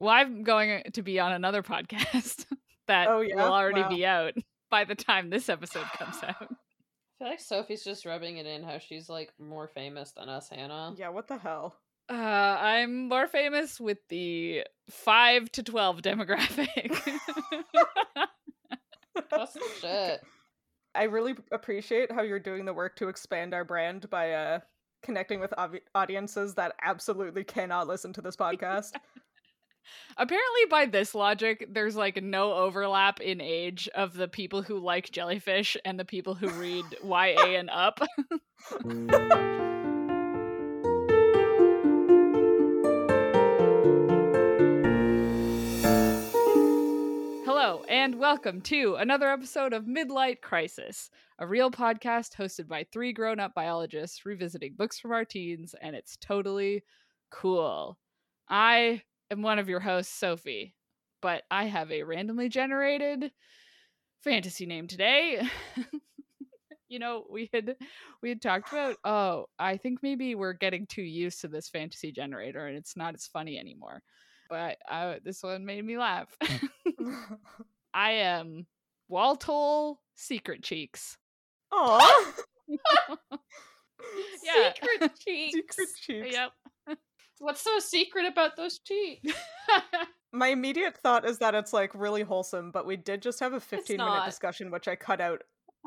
Well, I'm going to be on another podcast that Oh, yeah? will already Wow. be out by the time this episode comes out. I feel like Sophie's just rubbing it in how she's like more famous than us, Hannah. Yeah, what the hell? Uh, I'm more famous with the 5 to 12 demographic. That's some shit. I really appreciate how you're doing the work to expand our brand by uh connecting with obvi- audiences that absolutely cannot listen to this podcast. Apparently, by this logic, there's like no overlap in age of the people who like jellyfish and the people who read YA and up. Hello, and welcome to another episode of Midlight Crisis, a real podcast hosted by three grown up biologists revisiting books from our teens, and it's totally cool. I am one of your hosts, Sophie, but I have a randomly generated fantasy name today. you know, we had we had talked about oh, I think maybe we're getting too used to this fantasy generator and it's not as funny anymore. But I, this one made me laugh. I am Waltol Secret Cheeks. Aw, Yeah. Secret cheeks. secret cheeks. Yep. What's so secret about those cheeks? My immediate thought is that it's like really wholesome, but we did just have a 15 minute not. discussion, which I cut out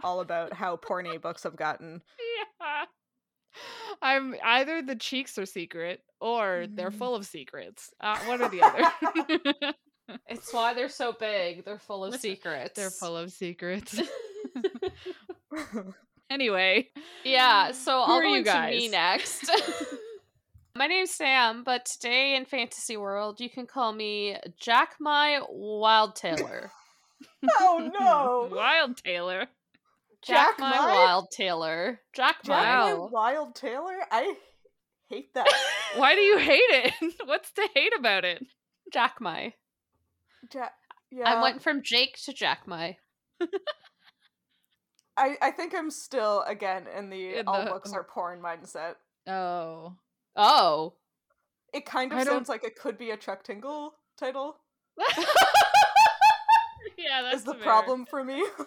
all about how porny books have gotten. yeah. I'm either the cheeks are secret or they're full of secrets. Uh, one or the other. It's why they're so big. They're full of secrets. they're full of secrets. Oh, anyway, yeah, so Who I'll are go you into me guys? next. My name's Sam, but today in Fantasy World, you can call me Jack My Wild Taylor. oh no! Wild Taylor. Jack, Jack My my- Wild Taylor. Jack, Jack and My. Wild Taylor? I hate that. Why do you hate it? What's to hate about it? Jack My. Jack. Yeah. I went from Jake to Jack My. I, I think I'm still again in the In all the- books are porn mindset. Oh. Oh. It kind of I don't- sounds like it could be a Chuck Tingle title. yeah, that's is the fair. problem for me?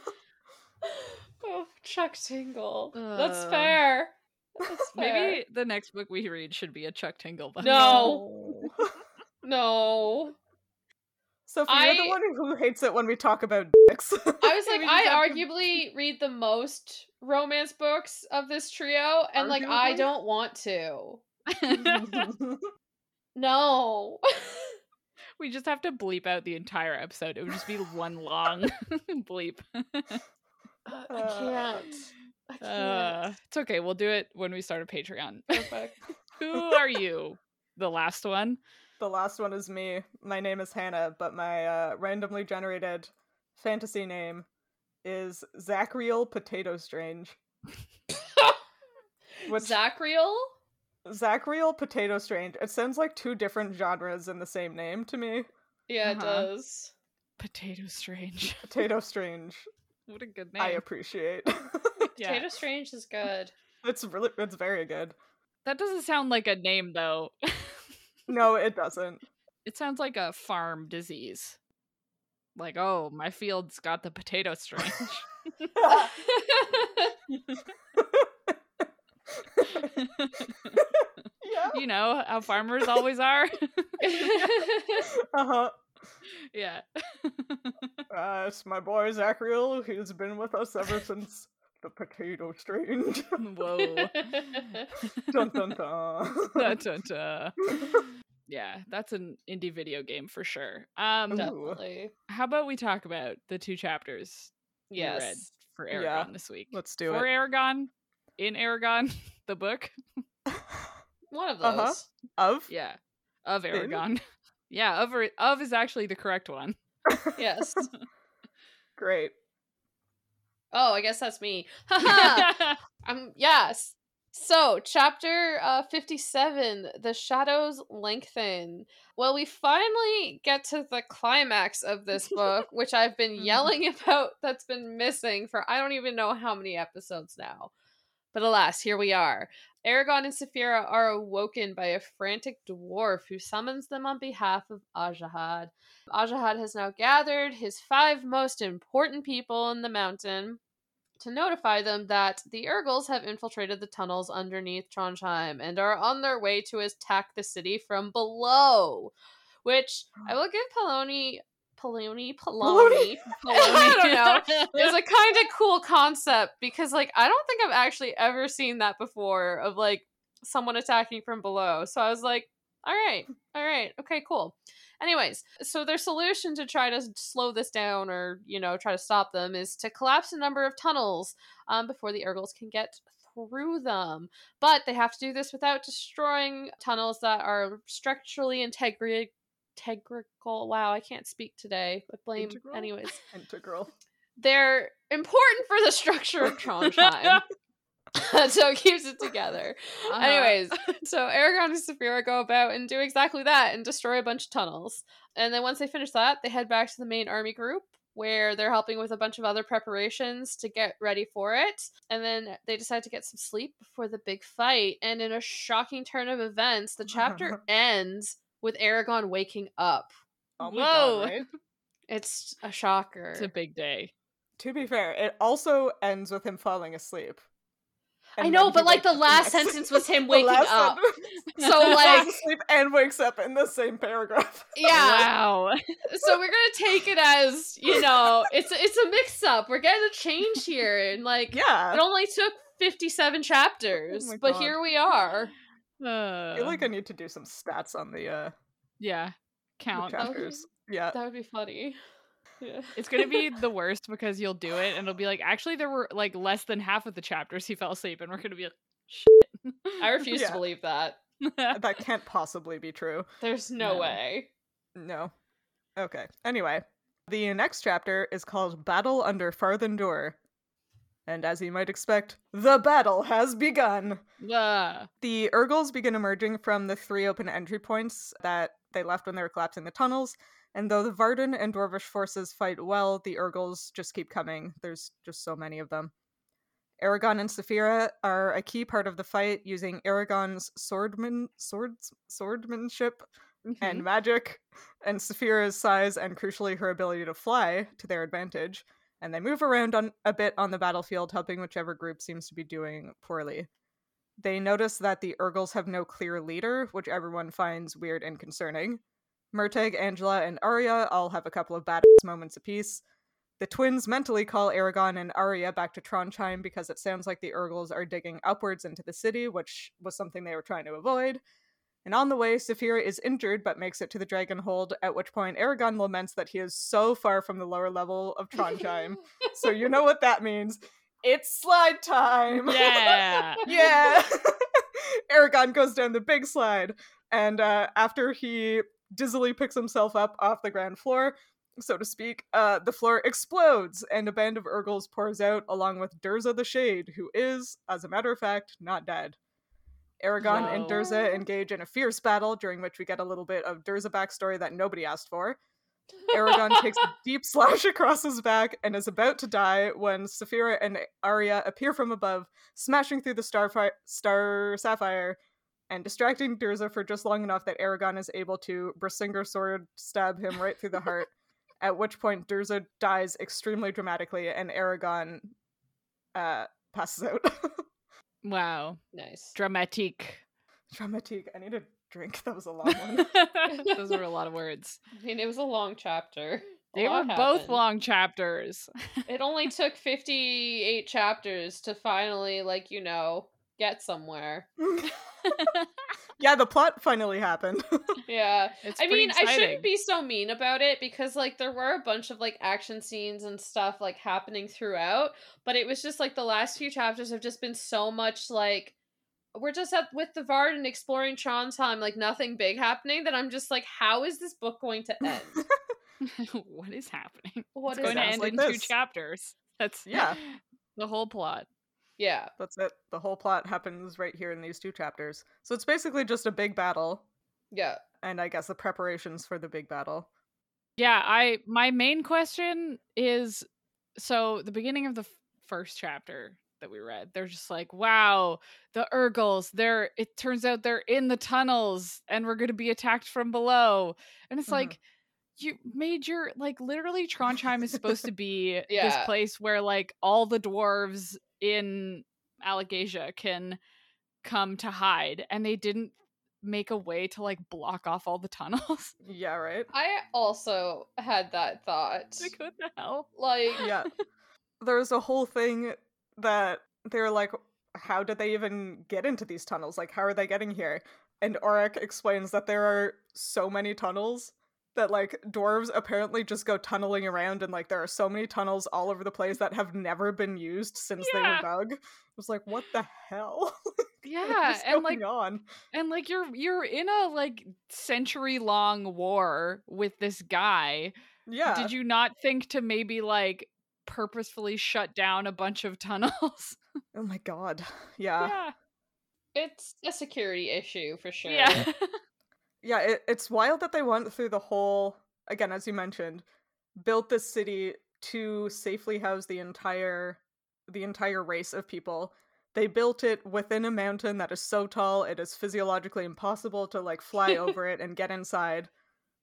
Oh, Chuck Tingle. That's Uh. fair. That's fair. Maybe the next book we read should be a Chuck Tingle book. No. No. Sophie, you're I- the one who hates it when we talk about dicks. I We was like, just I have to- arguably read the most romance books of this trio, and like, I Arguably? don't want to. No. we just have to bleep out the entire episode. It would just be one long bleep. I Uh, can't. I can't. Uh, it's okay. We'll do it when we start a Patreon. Perfect. Who are you? The last one. the last one is me. My name is Hannah, but my uh, randomly generated fantasy name is Zachriel Potato Strange. Which Zachriel? Zachriel Potato Strange. It sounds like two different genres in the same name to me. Yeah, it Uh-huh. does. Potato Strange. Potato Strange. What a good I name. appreciate. Yeah. Potato Strange is good. it's really it's very good. That doesn't sound like a name though. No, it doesn't. it sounds like a farm disease. Like, oh, my field's got the potato strange. yeah. you know how farmers always are. Uh-huh. yeah. Uh, it's my boy Zachriel. He's been with us ever since the potato strange. Whoa. dun dun dun. Dun, dun, dun. Yeah, that's an indie video game for sure. Um, Ooh. Definitely. how about we talk about the two chapters we read Yes. for Yeah. Aragon this week? Let's do for it. Aragon, in Aragon, the book. One of those. Uh-huh. Of? Yeah, of In? Aragon. yeah, of Ar- of is actually the correct one. Yes. Great. Oh, I guess that's me. Haha. Um, yes. So, chapter uh, 57 The Shadows Lengthen. Well, we finally get to the climax of this book, which I've been Mhm. yelling about that's been missing for I don't even know how many episodes now. But alas, here we are. Aragon and Saphira are awoken by a frantic dwarf who summons them on behalf of Ajahad. Ajahad has now gathered his five most important people in the mountain to notify them that the Urgles have infiltrated the tunnels underneath Trondheim and are on their way to attack the city from below. Which I will give Poloni, Poloni, Poloni, Poloni. I don't know is a kind of cool concept because like I don't think I've actually ever seen that before of like someone attacking from below. So I was like, all right, all right, okay, cool. Anyways, so their solution to try to slow this down or you know try to stop them is to collapse a number of tunnels um, before the Urgles can get through them. But they have to do this without destroying tunnels that are structurally integri- integral. Wow, I can't speak today. I blame. Integral? Anyways, Integral. they're important for the structure of Trondheim. so it keeps it together. Uh-huh. Anyways, so Aragon and Saphira go about and do exactly that and destroy a bunch of tunnels. And then once they finish that, they head back to the main army group where they're helping with a bunch of other preparations to get ready for it. And then they decide to get some sleep before the big fight. And in a shocking turn of events, the chapter ends with Aragon waking up. Oh my god, Whoa. right? It's a shocker. it's a big day. To be fair, it also ends with him falling asleep. I And know, then but he like the wakes- last sentence was him the waking last up. sentence- So like falls asleep and wakes up in the same paragraph. yeah. Wow. so we're gonna take it as you know it's it's a mix up we're getting a change here and like it yeah. only took 57 chapters Oh my but God. here we are I feel like I Um, need to do some stats on the uh yeah. the Count. Okay. chapters. Yeah. that would be funny yeah. It's gonna be the worst because you'll do it and it'll be like, actually, there were like less than half of the chapters he fell asleep, and we're gonna be like, shit. i refuse Yeah. to believe that that can't possibly be true. there's no, No. way No. Okay. Anyway, the next chapter is called Battle Under Farthendor. And as you might expect, the battle has begun. Ugh. The Urgles begin emerging from the three open entry points that they left when they were collapsing the tunnels. And though the Varden and Dwarvish forces fight well, the Urgles just keep coming. There's just so many of them. Aragon and Saphira are a key part of the fight, using Aragon's swordman swords swordmanship and magic, and Saphira's size and crucially her ability to fly to their advantage. And they move around on a bit on the battlefield, helping whichever group seems to be doing poorly. They notice that the Urgles have no clear leader, which everyone finds weird and concerning. Murtag, Angela, and Arya all have a couple of badass moments apiece. The twins mentally call Aragon and Arya back to Trondheim because it sounds like the Urgles are digging upwards into the city, which was something they were trying to avoid. And on the way, Saphira is injured but makes it to the Dragon Hold, at which point Aragon laments that he is so far from the lower level of Trondheim. so you know what that means. It's slide Mm-hmm. time! Yeah. yeah aragon goes down the big slide and uh, after he dizzily picks himself up off the ground floor so to speak uh, the floor explodes and a band of urgles pours out along with durza the shade who is as a matter of fact not dead aragon and Wow. durza engage in a fierce battle during which we get a little bit of durza backstory that nobody asked for Aragon takes a deep slash across his back and is about to die when Saphira and Arya appear from above, smashing through the starfi- star sapphire and distracting Durza for just long enough that Aragon is able to Brisinger's sword stab him right through the heart, at which point Durza dies extremely dramatically and Aragon uh, passes out. wow. nice Dramatique. Dramatique. I need a drink. That was a long one. Those were a lot of words. i mean it was a long chapter A They were lot both happened. long chapters. it only took 58 chapters to finally like you know get somewhere yeah, the plot finally happened. yeah It's I pretty mean, I exciting. shouldn't be so mean about it because like there were a bunch of like action scenes and stuff like happening throughout, but it was just like the last few chapters have just been so much like we're just up with the Varden exploring Trondheim, like nothing big happening that I'm just like, how is this book going to end? what is happening? What it's is going to sounds end like in two this. chapters. That's Yeah. the whole plot. Yeah. That's it. The whole plot happens right here in these two chapters. So it's basically just a big battle, Yeah. and I guess the preparations for the big battle. Yeah, I my main question is so the beginning of the f- first chapter that we read. They're just like, wow, the Urgles, they're it turns out they're in the tunnels and we're gonna be attacked from below. And it's Mhm. like you made your like literally Trondheim is supposed to be this Yeah. place where like all the dwarves in Allegasia can come to hide and they didn't make a way to like block off all the tunnels. Yeah, right? I also had that thought. like what the hell? Like, Yeah. there was a whole thing that they were like, how did they even get into these tunnels? Like, how are they getting here? And Auric explains that there are so many tunnels that like dwarves apparently just go tunneling around and like there are so many tunnels all over the place that have never been used since Yeah. they were dug. It was like, what the hell? Yeah. What's And like going on? and like you're you're in a like century long war with this guy Yeah. did you not think to maybe like purposefully shut down a bunch of tunnels oh my god. Yeah. yeah it's a security issue for sure. yeah yeah it, it's wild that they went through the whole again as you mentioned built this city to safely house the entire the entire race of people they built it within a mountain that is so tall it is physiologically impossible to like fly over it and get inside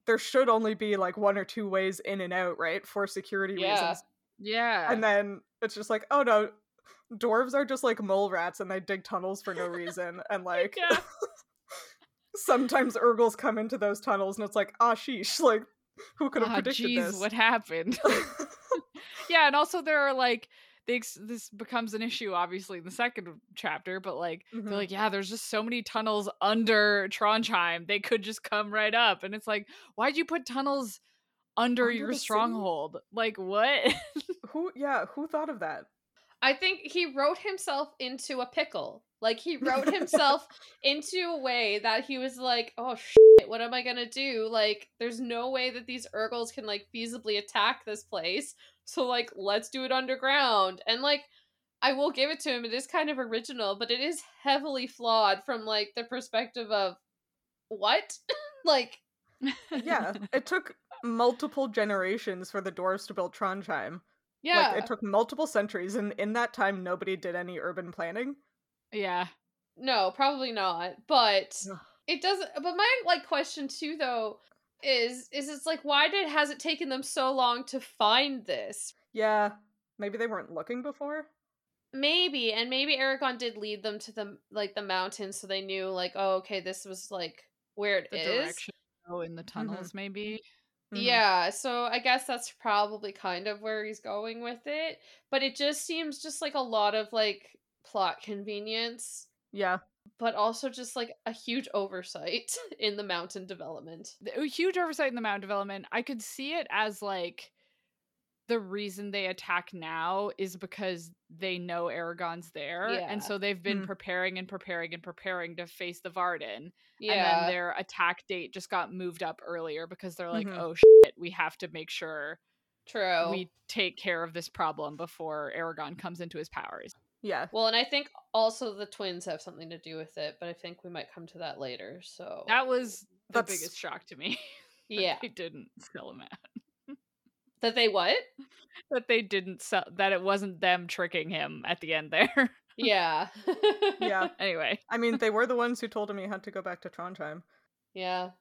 there should only be like one or two ways in and out right for security Yeah. reasons yeah and then it's just like oh no dwarves are just like mole rats and they dig tunnels for no reason and like Yeah. sometimes Urgles come into those tunnels and it's like, ah, sheesh, like, who could have Ah, predicted jeez, this? what happened yeah and also there are like they ex- this becomes an issue obviously in the second chapter but like Mhm. they're like yeah there's just so many tunnels under trondheim they could just come right up and it's like why'd you put tunnels under, Under your the city? stronghold like what who, yeah, who thought of that? I think he wrote himself into a pickle. Like he wrote himself into a way that he was like, "Oh shit, what am I gonna do? Like, there's no way that these Urgles can like feasibly attack this place. So like, let's do it underground." And like, I will give it to him; it is kind of original, but it is heavily flawed from like the perspective of what, like, Yeah, it took multiple generations for the dwarves to build Trondheim. yeah, Like, it took multiple centuries, and in that time, nobody did any urban planning. yeah No, probably not. But No. it doesn't. But my like question too, though, is is it's like why did has it taken them so long to find this? Yeah, maybe they weren't looking before. Maybe and maybe Aragon did lead them to the like the mountain, so they knew like oh okay this was like where it the is. direction Mm-hmm. to go in the tunnels maybe Mhm. Yeah, so I guess that's probably kind of where he's going with it, but it just seems just like a lot of like plot convenience, Yeah. but also just like a huge oversight in the mountain development. The- a huge oversight in the mountain development i could see it as like the reason they attack now is because they know aragon's there Yeah. and so they've been Mm. preparing and preparing and preparing to face the varden and Yeah. then their attack date just got moved up earlier because they're like Mm-hmm. Mhm. oh shit, we have to make sure True. we take care of this problem before aragon comes into his powers Yeah. well, and I think also the twins have something to do with it, but I think we might come to that later. So that was the That's- biggest shock to me that Oh, yeah, they didn't sell him out that they what? that they didn't sell that it wasn't them tricking him at the end there Yeah, Yeah. anyway I mean, they were the ones who told him he had to go back to Trondheim. yeah.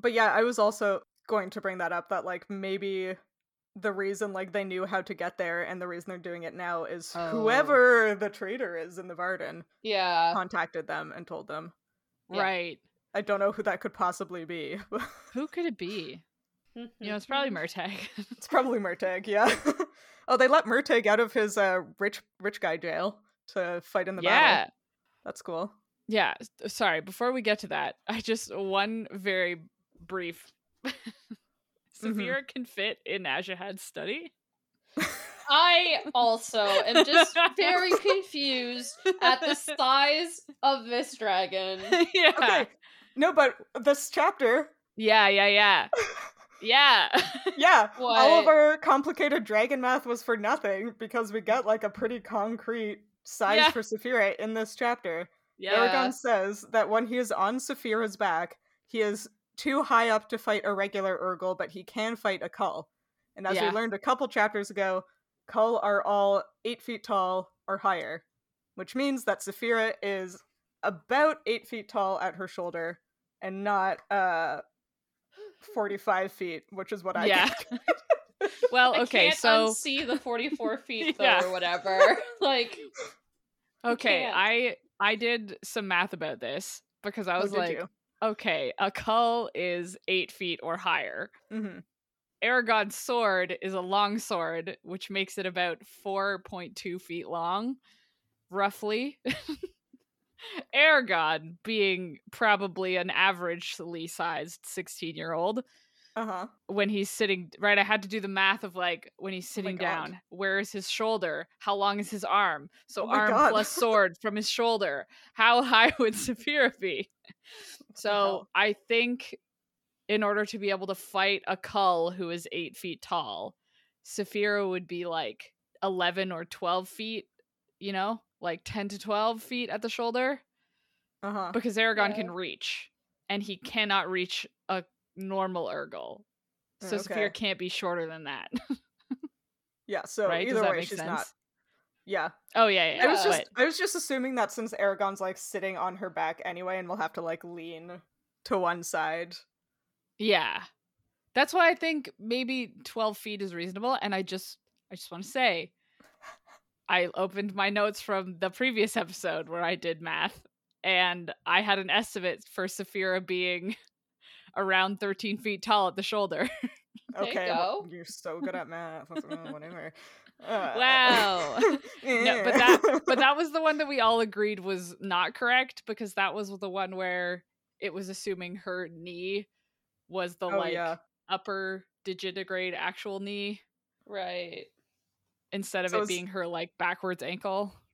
But yeah, I was also going to bring that up that like maybe the reason like they knew how to get there and the reason they're doing it now is Oh. whoever the traitor is in the Varden Yeah, contacted them and told them. Yeah. right I don't know who that could possibly be. who could it be Mm-hmm. you know it's probably murtag it's probably Murtag, yeah. oh, they let Murtag out of his uh rich rich guy jail to fight in the yeah battle. That's cool. yeah s- uh, sorry before we get to that i just one very brief Severa can fit in Ashahad's study. I also am just very confused at the size of this dragon. yeah. Okay. No, but this chapter, Yeah, yeah, yeah. Yeah. yeah, all of What? our complicated dragon math was for nothing because we got like a pretty concrete size Yeah. for Saphira in this chapter. yeah. Aragon says that when he is on Saphira's back, he is too high up to fight a regular Urgle, but he can fight a Cull. And as Yeah. we learned a couple chapters ago, Cull are all eight feet tall or higher. which means that Saphira is about eight feet tall at her shoulder and not uh 45 feet, which is what I Yeah. get. Well, I okay, can't so unsee the 44 feet though Yeah. or whatever. like okay, can't. I I did some math about this because I Oh, was did like, you? okay, a cull is eight feet or higher. Mhm. Aragon's sword is a long sword, which makes it about 4.2 feet long, roughly. Aragon being probably an averagely sized 16 year old uh-huh. when he's sitting right i had to do the math of like when he's Oh my sitting God. down where is his shoulder how long is his arm so Oh my arm God. plus sword from his shoulder how high would Saphira be so hell? i think in order to be able to fight a cull who is eight feet tall Saphira would be like 11 or 12 feet you know like 10 to 12 feet at the shoulder Uh-huh. because Aragon Yeah. can reach, and he cannot reach a normal Urgle. So Mm, Okay. Saphir can't be shorter than that, Yeah, so right? either Does that way make she's sense? not. Yeah. Oh yeah, yeah. I was yeah, just I was just assuming that since Aragon's like sitting on her back anyway and will have to like lean to one side. but- yeah. That's why I think maybe twelve feet is reasonable. And I just, I just want to say, I opened my notes from the previous episode where I did math, and I had an estimate for Saphira being around thirteen feet tall at the shoulder. There you okay. well, go. You're so good at math. Uh, Whatever. Uh, Wow. No, but that but that was the one that we all agreed was not correct because that was the one where it was assuming her knee was the Oh, like yeah. upper digitigrade actual knee right. instead of So it it's- being her like backwards ankle.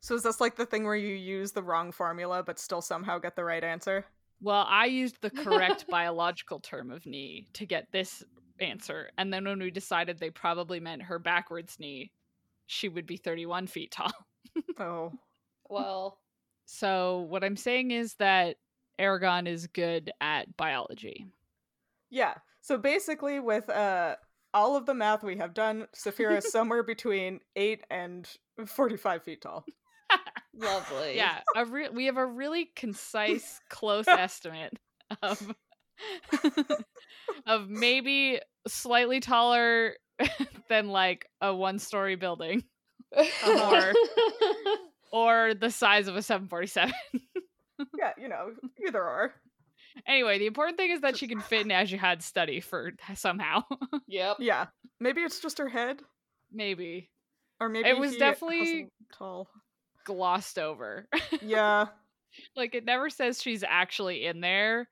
So is this like the thing where you use the wrong formula but still somehow get the right answer? Well, I used the correct biological term of knee to get this answer, and then when we decided they probably meant her backwards knee, she would be 31 feet tall. Oh. Well, So what I'm saying is that Aragon is good at biology. Yeah. So basically with uh all of the math we have done, Saphira is somewhere between 8 and 45 feet tall. lovely. yeah a re- we have a really concise close estimate of of maybe slightly taller than like a one story building Uh-huh. or the size of a 747 Yeah, you know, either or. anyway the important thing is that she can fit in as you had study for somehow yep. Yeah. Maybe it's just her head maybe or maybe was he definitely- wasn't tall. glossed over Yeah. like it never says she's actually in there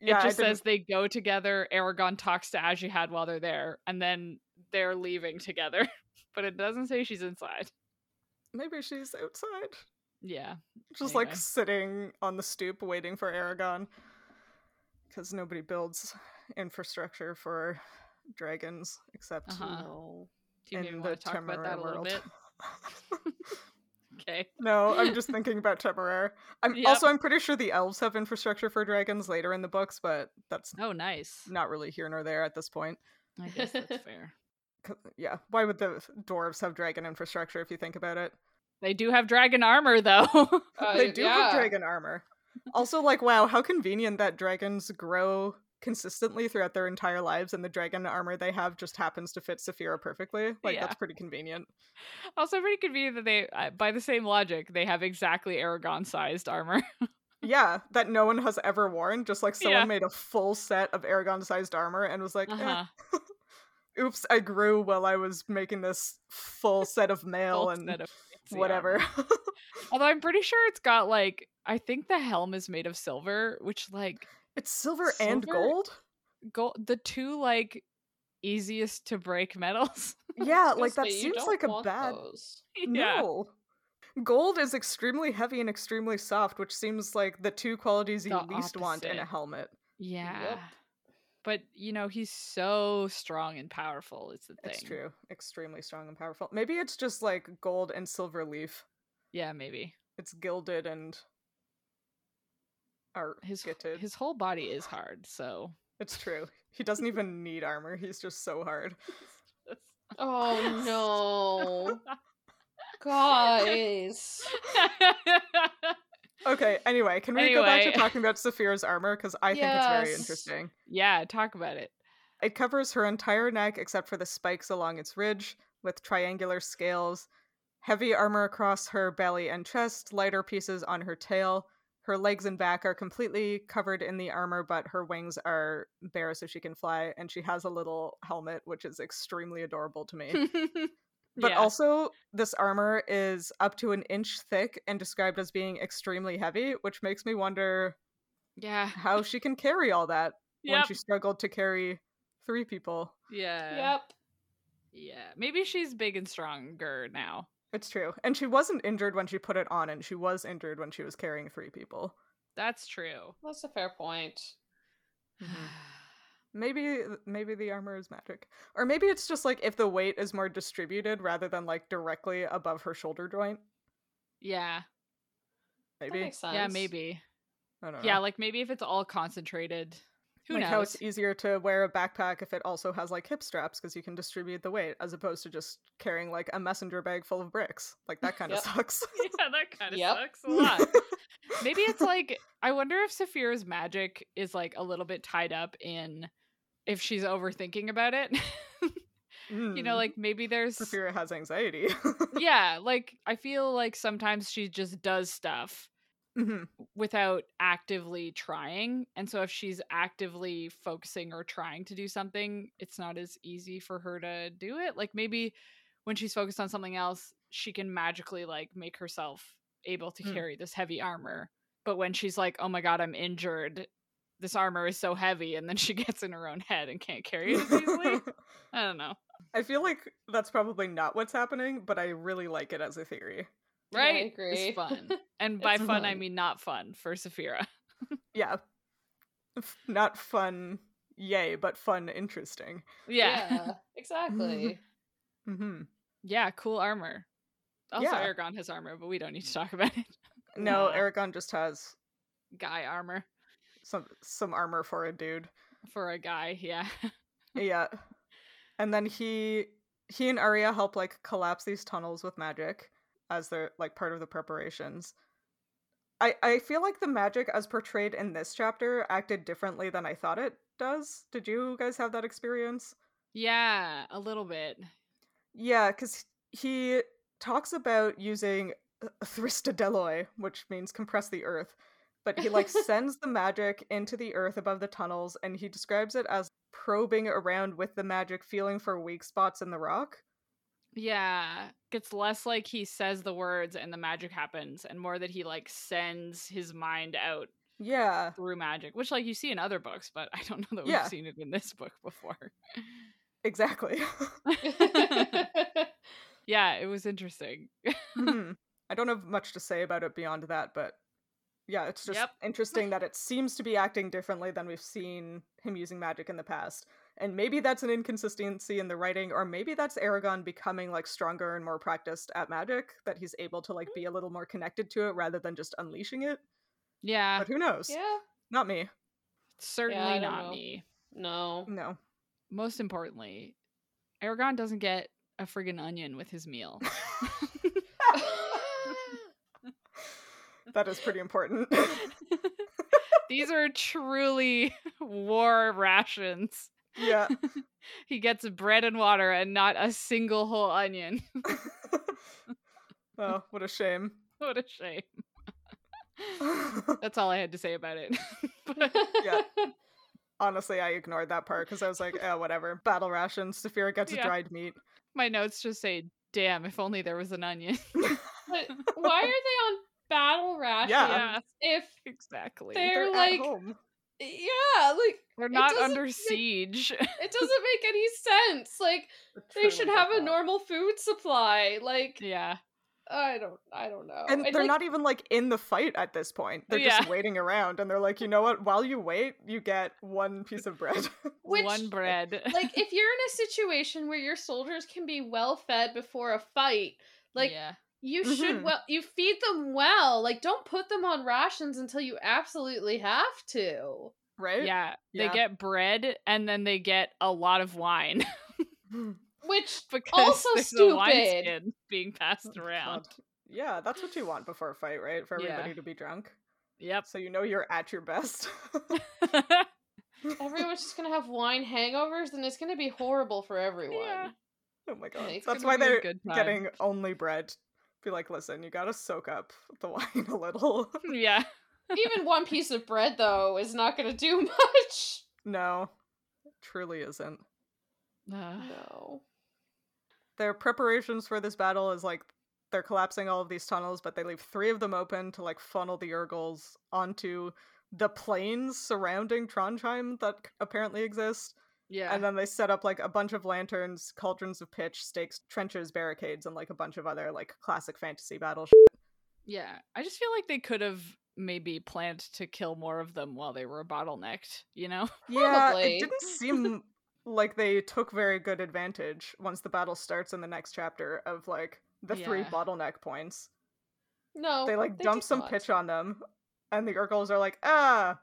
Yeah, I it just didn't- says they go together. Aragon talks to Ajihad while they're there, and then they're leaving together. but it doesn't say she's inside. maybe she's outside. Yeah. Just Anyway. like sitting on the stoop waiting for Aragon. Because nobody builds infrastructure for dragons except Uh-huh. No. Do you In maybe the want to talk about that a Temeraire little world. bit? okay. No, I'm just thinking about Temeraire. I'm Yep. also I'm pretty sure the elves have infrastructure for dragons later in the books, but that's Oh, nice. not really here nor there at this point. I guess that's fair. 'Cause- Yeah, why would the dwarves have dragon infrastructure if you think about it? They do have dragon armor, though. Uh, they do yeah. have dragon armor. Also, like, wow, how convenient that dragons grow consistently throughout their entire lives, and the dragon armor they have just happens to fit Saphira perfectly. Like, Yeah. that's pretty convenient. also, pretty convenient that they, uh, by the same logic, they have exactly Aragon-sized armor. Yeah, that no one has ever worn. Just like someone Yeah. made a full set of Aragon-sized armor and was like, eh, Uh-huh. "Oops, I grew while I was making this full set of mail Full and set of fancy armor. whatever." Although I'm pretty sure it's got like I think the helm is made of silver, which like it's silver, and Silver? gold. gold the two like easiest to break metals. Yeah, Gonna like that say, you seems don't like a want bad those. No. Gold is extremely heavy and extremely soft, which seems like the two qualities you The least want in a opposite. helmet. Yeah. But you know, he's so strong and powerful, it's the thing. It's true. Extremely strong and powerful. Maybe it's just like gold and silver leaf. Yeah, maybe. It's gilded and are His gitted. his whole body is hard, so It's true. He doesn't even need armor. He's just so hard. Oh no. Guys. Okay, anyway, can we go back to Anyway. talking about Saphira's armor? Because I think it's very Yes. interesting. yeah, talk about it. It covers her entire neck except for the spikes along its ridge with triangular scales, heavy armor across her belly and chest, lighter pieces on her tail. Her legs and back are completely covered in the armor, but her wings are bare so she can fly, and she has a little helmet, which is extremely adorable to me. But Yeah. also, this armor is up to an inch thick and described as being extremely heavy, which makes me wonder yeah, how she can carry all that when yep, she struggled to carry three people. yeah, yep. yeah. Maybe she's big and stronger now. It's true. And she wasn't injured when she put it on, and she was injured when she was carrying three people. That's true. That's a fair point. Mm-hmm. Maybe maybe the armor is magic. Or maybe it's just like if the weight is more distributed rather than like directly above her shoulder joint. yeah, Maybe. That makes sense. yeah, maybe. I don't know. Yeah, like maybe if it's all concentrated, who Uh-huh. like knows? how it's easier to wear a backpack if it also has like hip straps because you can distribute the weight as opposed to just carrying like a messenger bag full of bricks. Like that kind of Yep. sucks. yeah, that kind of Yep. sucks a lot. Maybe it's like I wonder if Saphira's magic is like a little bit tied up in if she's overthinking about it. you know, Mm. like maybe there's Saphira has anxiety. yeah, like I feel like sometimes she just does stuff Mhm. without actively trying. And so if she's actively focusing or trying to do something, it's not as easy for her to do it. Like maybe when she's focused on something else, she can magically like make herself able to Hmm. Mm. carry this heavy armor. But when she's like, "Oh my god, I'm injured. This armor is so heavy." And then she gets in her own head and can't carry it as easily. I don't know. I feel like that's probably not what's happening, but I really like it as a theory. Yeah, I Right? agree. It's fun. And by It's fun, I fun. mean not fun for Saphira. Yeah. F- Not fun, yay, but fun, interesting. Yeah. Yeah, exactly. hmm cool armor. Also, Yeah. Aragon has armor, but we don't need to talk about it. No, Nah. Aragon just has Guy armor some some armor for a dude. for a guy, yeah. yeah. And then he he and Arya help like collapse these tunnels with magic as they're like part of the preparations. I I feel like the magic as portrayed in this chapter acted differently than I thought it does. Did you guys have that experience? Yeah, a little bit. Yeah, cuz he talks about using uh, thristadeloi, which means compress the earth, but he like sends the magic into the earth above the tunnels and he describes it as probing around with the magic feeling for weak spots in the rock. Yeah, it's less like he says the words and the magic happens, and more that he like sends his mind out Yeah. through magic, which like you see in other books, but I don't know that we've Yeah. seen it in this book before. Exactly. yeah, it was interesting. Mhm. I don't have much to say about it beyond that, but yeah, it's just Yep. interesting that it seems to be acting differently than we've seen him using magic in the past. And maybe that's an inconsistency in the writing, or maybe that's Aragon becoming like stronger and more practiced at magic, that he's able to like be a little more connected to it rather than just unleashing it. Uh, Yeah, But who knows? yeah. Not me. certainly don't not know. me. No. No. Most importantly, Aragon doesn't get a friggin' onion with his meal. That is pretty important. These are truly war rations. yeah. He gets bread and water and not a single whole onion. oh, what a shame. what a shame. That's all I had to say about it. But- Yeah. Honestly, I ignored that part because I was like, oh, whatever. Battle rations. Saphira gets Yeah. dried meat. my notes just say, damn, if only there was an onion. But why are they on battle rations Yeah. if exactly. They're- They're, at like- home. yeah, like not doesn't under make- siege. it doesn't make any sense. Like they should have a normal food supply. Like yeah. I don't I don't know. And I'd they're like- not even like in the fight at this point. They're just Yeah. waiting around and they're like, you know what? While you wait, you get one piece of bread. which, eh, One bread. like if you're in a situation where your soldiers can be well fed before a fight, like yeah. you Mhm. should well you feed them well. Like don't put them on rations until you absolutely have to. right? Yeah. They eh, Yeah. get bread and then they get a lot of wine. Mm. Which because also there's a stupid. wineskin being passed around. God. Yeah, that's what you want before a fight, right? For Yeah. everybody to be drunk. Yep. So you know you're at your best. Everyone's just gonna have wine hangovers, and it's gonna be horrible for everyone. Yeah. oh my god. It's that's gonna why be a they're good time. getting only bread. Be like, listen, you gotta soak up the wine a little. yeah. Even one piece of bread, though, is not gonna do much. no, it truly isn't. Uh, No. Their preparations for this battle is like they're collapsing all of these tunnels, but they leave three of them open to like funnel the Urgles onto the plains surrounding Trondheim that c- apparently exist. yeah. And uh, then they set up like a bunch of lanterns, cauldrons of pitch, stakes, trenches, barricades, and like a bunch of other like classic fantasy battle. Sh- yeah. I just feel like they could have maybe planned to kill more of them while they were bottlenecked, you know? yeah, Probably. it didn't seem like they took very good advantage once the battle starts in the next chapter of like the three Yeah. bottleneck points. Oh, No. they like dump did some not. pitch on them, and the Urgles are like ah,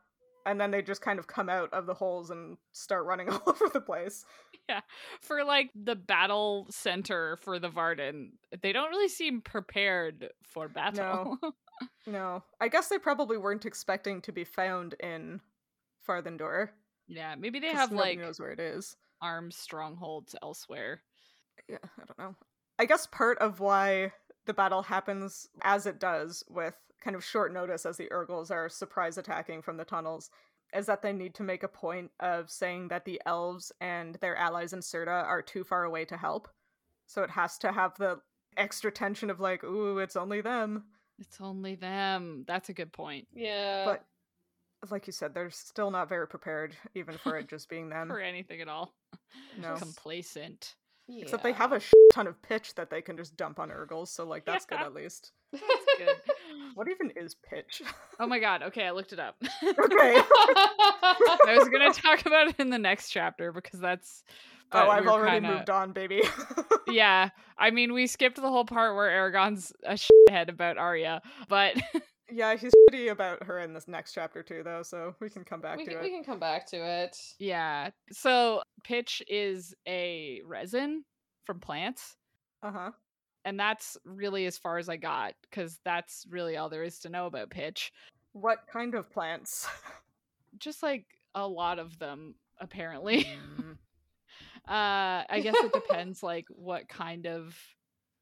and then they just kind of come out of the holes and start running all over the place. For like the battle center for the Varden, they don't really seem prepared for battle. No, I guess they probably weren't expecting to be found in Farthendor. yeah, maybe they 'cause have nobody like knows where it is. armed strongholds elsewhere. yeah, I don't know. I guess part of why the battle happens as it does with kind of short notice as the Urgles are surprise attacking from the tunnels is that they need to make a point of saying that the elves and their allies in Serta are too far away to help. So it has to have the extra tension of like, ooh, it's only them. It's only them. That's a good point. Yeah. But like you said, they're still not very prepared, even for it just being them. for anything at all. No. Complacent. Except they have Yeah. a sh- ton of pitch that they can just dump on Urgles, so like that's good Yeah. at least. That's good. What even is pitch? oh my god. Okay, I looked it up. okay. I was gonna talk about it in the next chapter because that's. but oh, I've we're already kinda- moved on, baby. Yeah, I mean, we skipped the whole part where Aragon's a head about Arya, but yeah, he's shitty about her in this next chapter too, though, so we can come back we, to can, it. we can come back to it. yeah. So pitch is a resin from plants, Uh huh. and that's really as far as I got because that's really all there is to know about pitch. What kind of plants? Just like a lot of them, apparently. Uh, I guess it depends, like what kind of.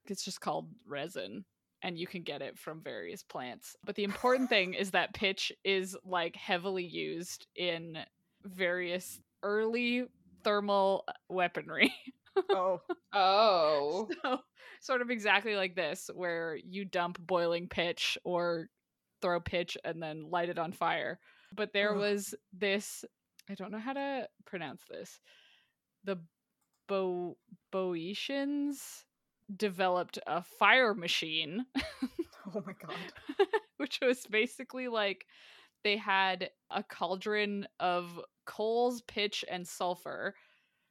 It's just called resin, and you can get it from various plants. But the important thing is that pitch is like heavily used in various early thermal uh, weaponry. oh, Oh. so, sort of exactly like this, where you dump boiling pitch or throw pitch and then light it on fire. But there Ugh. was this, I don't know how to pronounce this. The Bo- Boeotians developed a fire machine, oh my god. which was basically like they had a cauldron of coals, pitch, and sulfur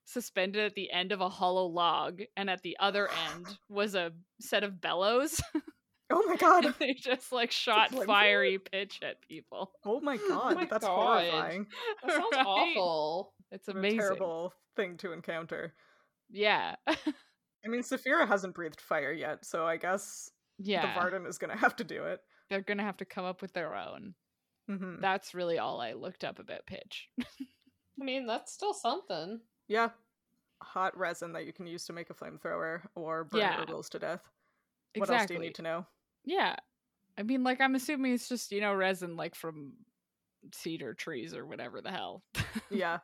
suspended at the end of a hollow log, and at the other end was a set of bellows. Oh my god. and they just like shot flamethrower? fiery pitch at people. Oh my Oh god. my That's God. horrifying. That sounds Right? awful. It's What a amazing. terrible thing to encounter. Yeah. I mean, Saphira hasn't breathed fire yet, so I guess yeah. the Varden is gonna have to do it. They're going to have to come up with their own. hmm That's really all I looked up about pitch. I mean, that's still something. Yeah. Hot resin that you can use to make a flamethrower or burn Yeah. Urgles to death. exactly. What else do you need to know? Yeah. I mean, like, I'm assuming it's just, you know, resin, like from cedar trees or whatever the hell. Yeah.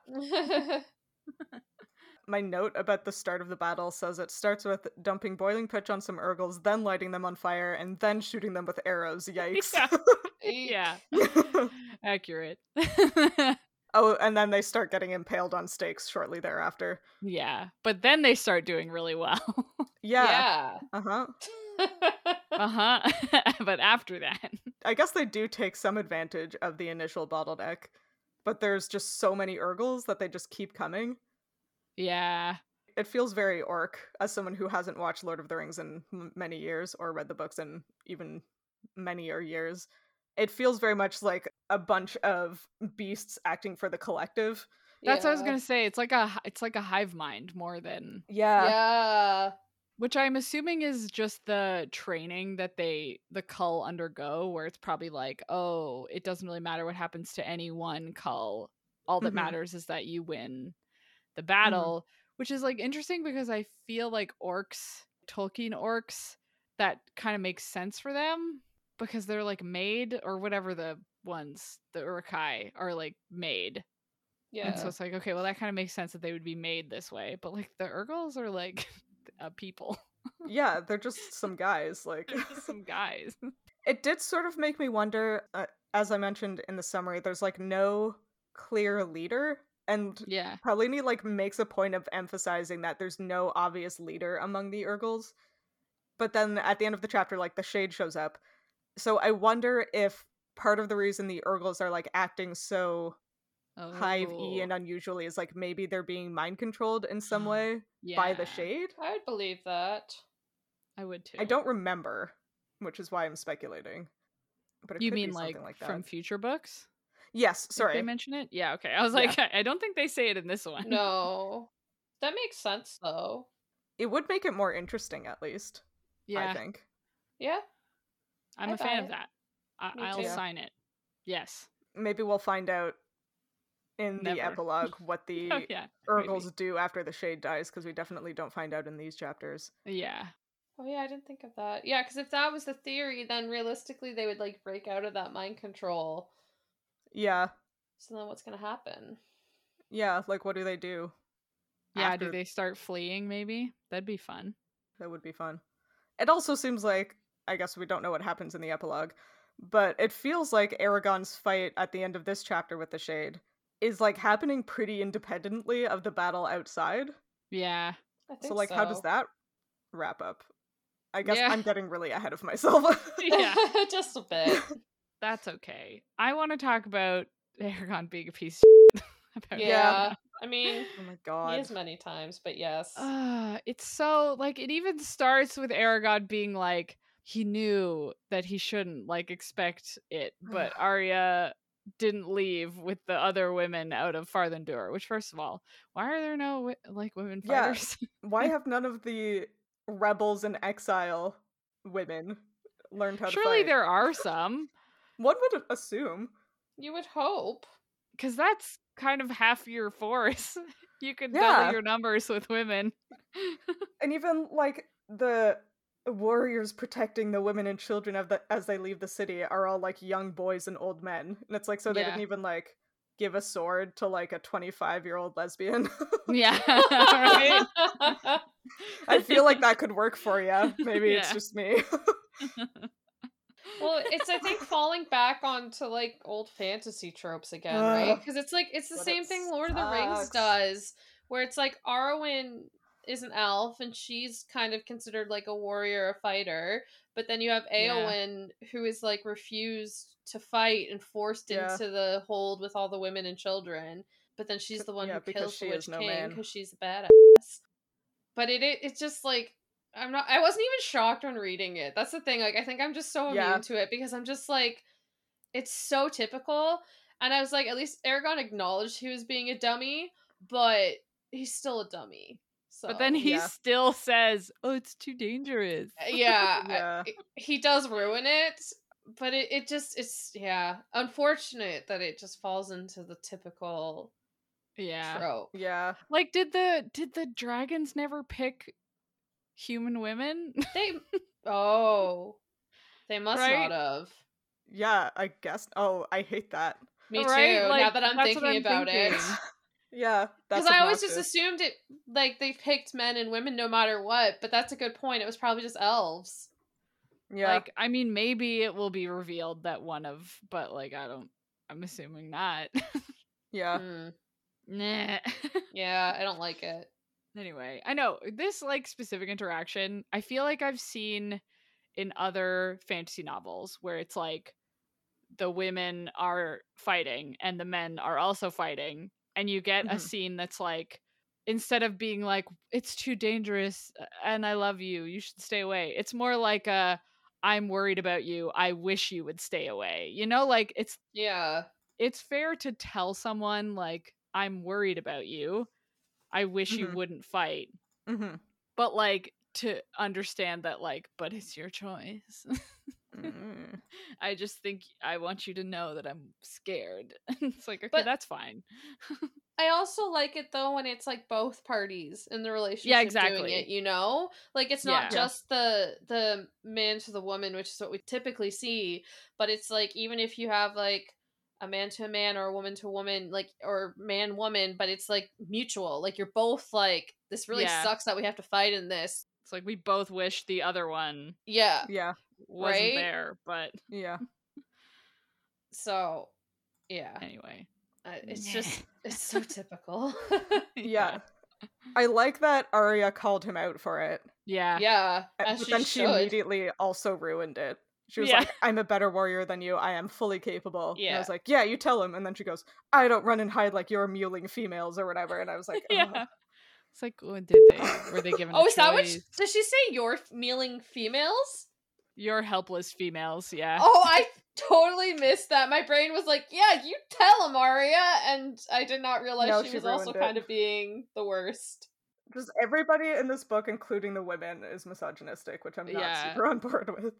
my note about the start of the battle says it starts with dumping boiling pitch on some Urgles, then lighting them on fire, and then shooting them with arrows. Yikes. Yeah. yeah. Accurate. oh, and then they start getting impaled on stakes shortly thereafter. yeah. But then they start doing really well. Yeah. Yeah. Uh huh. uh huh. but after that, I guess they do take some advantage of the initial bottleneck, but there's just so many Urgles that they just keep coming. yeah. It feels very orc as someone who hasn't watched Lord of the Rings in m- many years or read the books in even many or years. It feels very much like a bunch of beasts acting for the collective That's what I was gonna say. It's like a it's like a hive mind more than Yeah. Yeah. which I'm assuming is just the training that they the cull undergo, where it's probably like, oh, it doesn't really matter what happens to any one cull. All that Mhm. matters is that you win the battle, which is like interesting because I feel like orcs, Tolkien orcs, that kind of makes sense for them because they're like made or whatever the ones the urukai are like made Yeah. and so it's like, okay, well, that kind of makes sense that they would be made this way. But like the Urgles are like a people, Yeah, they're just some guys. Like, They're just some guys. it did sort of make me wonder. Uh, as I mentioned in the summary, there's like no clear leader, and yeah. Paulini like makes a point of emphasizing that there's no obvious leader among the Urgles. But then at the end of the chapter, like the shade shows up. So I wonder if part of the reason the Urgles are like acting so Oh, hive e and unusually is like maybe they're being mind controlled in some Ah, way by the yeah, shade. I would believe that. I would too. I don't remember, which is why I'm speculating. But it You could mean be like, something like that. from future books? yes, Did sorry. they mention it. Yeah. Okay. I was Yeah. like, I don't think they say it in this one. No. That makes sense though. it would make it more interesting at least, I Yeah. think. Yeah. I am I a fan buy of it. that. I- Me I'll too. sign it. Yes. Maybe we'll find out in the Never. epilogue what the Oh yeah. Urgles do after the shade dies because we definitely don't find out in these chapters. Yeah. Oh yeah, I didn't think of that. Yeah, because if that was the theory, then realistically they would like break out of that mind control. Yeah, So then what's gonna happen? yeah. Like, what do they do? Yeah. After- Do they start fleeing? Maybe that'd be fun. That would be fun. It also seems like I guess we don't know what happens in the epilogue, but it feels like Aragon's fight at the end of this chapter with the shade is like happening pretty independently of the battle outside. Yeah. I think So like how does that wrap up? I guess Yeah. I'm getting really ahead of myself. Yeah. Just a bit. That's okay. I want to talk about Aragon being a piece of shit about Yeah. Yeah. I mean oh my he god. is many times, but yes. Uh, it's so like it even starts with Aragon being like he knew that he shouldn't like expect it, but Arya didn't leave with the other women out of Farthendur. Which, first of all, why are there no wi- like women Yeah. fighters? Why have none of the rebels in exile women learned how Surely to fight? there are some, One would assume. you would hope. because that's kind of half your force. You could Yeah. double your numbers with women. and even like the warriors protecting the women and children of the as they leave the city are all like young boys and old men and it's like so they Yeah. didn't even like give a sword to like a 25 year old lesbian yeah, right. i feel like that could work for you maybe it's Yeah. just me well, it's I think falling back onto like old fantasy tropes again, right? Ugh. Because it's like it's the But it same thing Lord of the Rings sucks. does, where it's like Arwen is an elf and she's kind of considered like a warrior, a fighter, but then you have Yeah. Eowyn who is like refused to fight and forced Yeah. into the hold with all the women and children. But then she's the one yeah, who because kills the she is witch no king man. because she's a badass. But it, it it's just like I'm not I wasn't even shocked when reading it. That's the thing. Like I think I'm just so immune Yeah. to it because I'm just like it's so typical. And I was like, at least Aragon acknowledged he was being a dummy, but he's still a dummy. So But then he yeah. Eh, still says, "Oh, it's too dangerous." Yeah. I- yeah he does ruin it, but it, it just it's yeah. Unfortunate that it just falls into the typical Yeah. trope. yeah Like did the did the dragons never pick human women? They oh. They must Right? not have. yeah i guess oh i hate that Me too. Right? now Like, that I'm that's what thinking I'm about it. thinking. yeah that's Because I always just obnoxious. assumed it, like they picked men and women no matter what. But that's a good point. It was probably just elves. yeah Like I mean maybe it will be revealed that one of but like I don't I'm assuming not. Uh. yeah Mm, nah. yeah, I don't like it. anyway, I know this like specific interaction I feel like I've seen in other fantasy novels where it's like the women are fighting and the men are also fighting and you get a Mhm. scene that's like instead of being like it's too dangerous uh, and i love you you should stay away it's more like a i'm worried about you i wish you would stay away you know like it's Yeah, it's fair to tell someone like I'm worried about you. I wish you Mhm. wouldn't fight. Mm-hmm. But like to understand that like but it's your choice. Mm-hmm. Mm. I just think I want you to know that I'm scared. it's like okay, But- that's fine. I also like it though when it's like both parties in the relationship doing exactly. it, you know? Like it's not Yeah. just the the man to the woman, which is what we typically see, but it's like even if you have like a man to man or a woman to woman, like or man woman, but it's like mutual. Like you're both like this really Yeah. sucks that we have to fight in this. It's like we both wish the other one Yeah. Yeah, wasn't Right? there, but yeah. So yeah. anyway. Uh, It's just it's so typical. Yeah. I like that Arya called him out for it. Yeah. yeah. Uh, as But she then she should. immediately also ruined it. She was Yeah. like, I'm a better warrior than you. I am fully capable. And Yeah. I was like, Yeah, you tell him. And then she goes, I don't run and hide like your mewling females or whatever. And I was like, oh. Yeah. It's like what did they were they given Uh-huh. Oh, a is that what? She, choice? does she say your f- mealing females? You're helpless females, yeah. Oh, I totally missed that. My brain was like, "Yeah, you tell him, Aria," and I did not realize No, she, she was also ruined it. kind of being the worst. Just everybody in this book, including the women, is misogynistic, which I'm not Yeah. super on board with.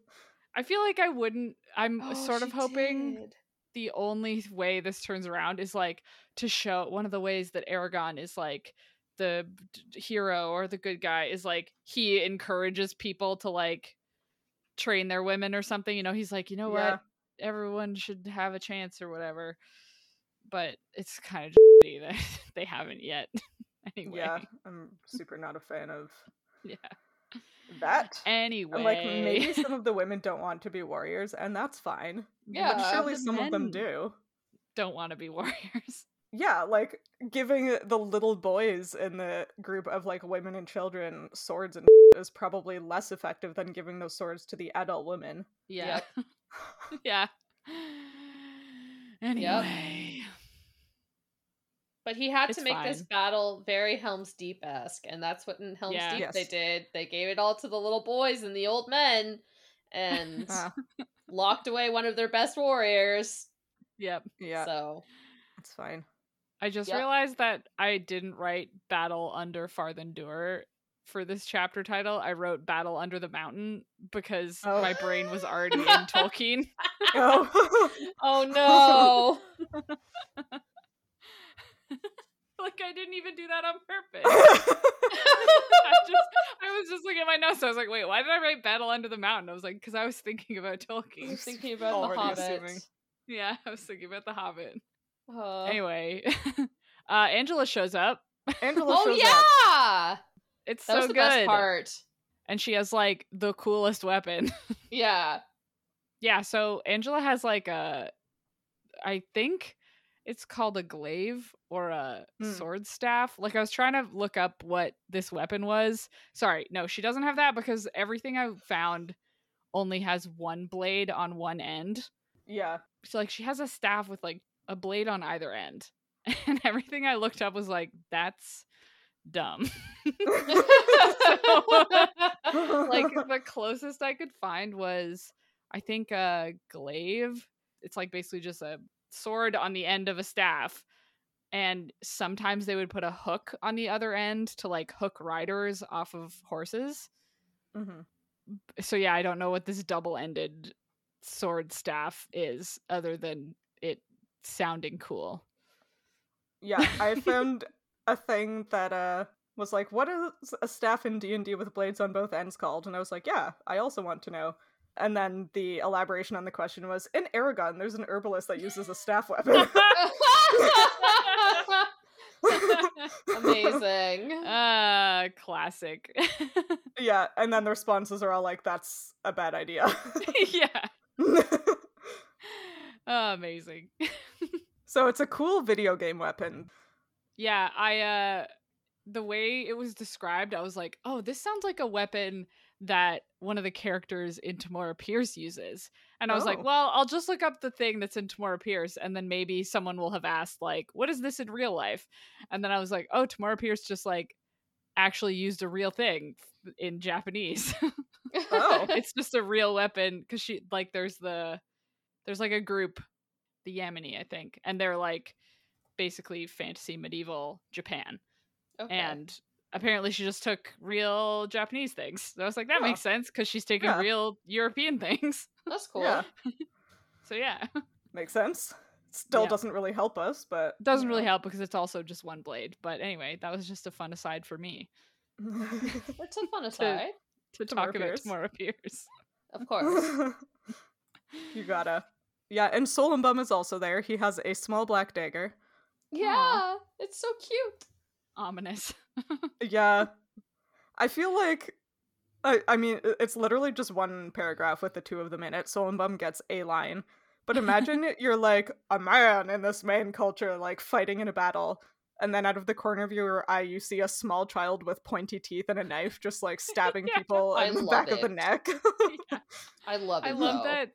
I feel like I wouldn't I'm Oh, sort of she hoping did. the only way this turns around is like to show one of the ways that Aragon is like the d- d- hero or the good guy is like he encourages people to like train their women or something. You know, he's like, you know Yeah. what, everyone should have a chance or whatever. But it's kind of shitty that they haven't yet. anyway, Yeah, I'm super not a fan of Yeah. that. Anyway, I'm like, maybe some of the women don't want to be warriors, and that's fine. But Yeah. surely the some of them men do. don't want to be warriors. Yeah, like giving the little boys in the group of like women and children swords and is probably less effective than giving those swords to the adult women. Yeah. yeah. Anyway. But he had It's to make this fine. battle very Helm's Deep esque, and that's what in Helm's Yeah. Deep Yes. they did. They gave it all to the little boys and the old men, and Ah. locked away one of their best warriors. Yep. Yeah, So it's fine. I just Yep. realized that I didn't write Battle Under Farthendur for this chapter title. I wrote Battle Under the Mountain because Oh. my brain was already in Tolkien. Oh, Oh no. Like I didn't even do that on purpose. I just I was just looking at my notes. I was like, wait, why did I write Battle Under the Mountain? I was like, because I was thinking about You're Tolkien. thinking about Already the Hobbit. assuming. Yeah, I was thinking about the Hobbit. Oh. Uh, Anyway. uh Angela shows up. Angela Oh shows up. yeah, It's that so was the good. best part. And she has like the coolest weapon. Yeah, yeah so angela has like a i think it's called a glaive or a Hmm. sword staff like i was trying to look up what this weapon was sorry no she doesn't have that because everything i found only has one blade on one end Yeah, so like she has a staff with like a blade on either end and everything i looked up was like that's dumb like the closest I could find was I think a glaive. It's like basically just a sword on the end of a staff. And sometimes they would put a hook on the other end to like hook riders off of horses. Mhm. So yeah, I don't know what this double-ended sword staff is other than it sounding cool. yeah, I found a thing that uh was like, what is a staff in D and D with blades on both ends called? And I was like, yeah, I also want to know. And then the elaboration on the question was, in Aragon, there's an herbalist that uses a staff weapon. amazing. uh classic. Yeah, and then the responses are all like, "That's a bad idea." yeah. Ah, Amazing. so it's a cool video game weapon. Yeah, I uh the way it was described, I was like, "Oh, this sounds like a weapon that one of the characters in Tamora Pierce uses." And I was Oh. like, "Well, I'll just look up the thing that's in Tamora Pierce and then maybe someone will have asked like, "What is this in real life?" And then I was like, "Oh, Tamora Pierce just like actually used a real thing in Japanese." Oh. it's just a real weapon because she like there's the there's like a group the yemeni i think and they're like basically fantasy medieval Japan. Oh. Okay. And apparently she just took real Japanese things. So I was like, that Yeah. makes sense because she's taking Yeah. real European things. That's cool. Yeah. So yeah, Makes sense. Still Yeah. doesn't really help us, but doesn't really help because it's also just one blade. But anyway, that was just a fun aside for me That's a fun aside. to Tamora talk about Pierce. Tamora Pierce. Of course. you gotta. Yeah, and Solomon is also there. He has a small black dagger. Yeah. It's so cute. Ominous. Yeah. I feel like I I mean i- it's literally just one paragraph with the two of them in it. Solenbum gets a line. But imagine it- you're like a man in this man culture like fighting in a battle and then out of the corner of your eye you see a small child with pointy teeth and a knife just like stabbing Yeah, people I in the love back of the it. neck. I love it. I love though. that.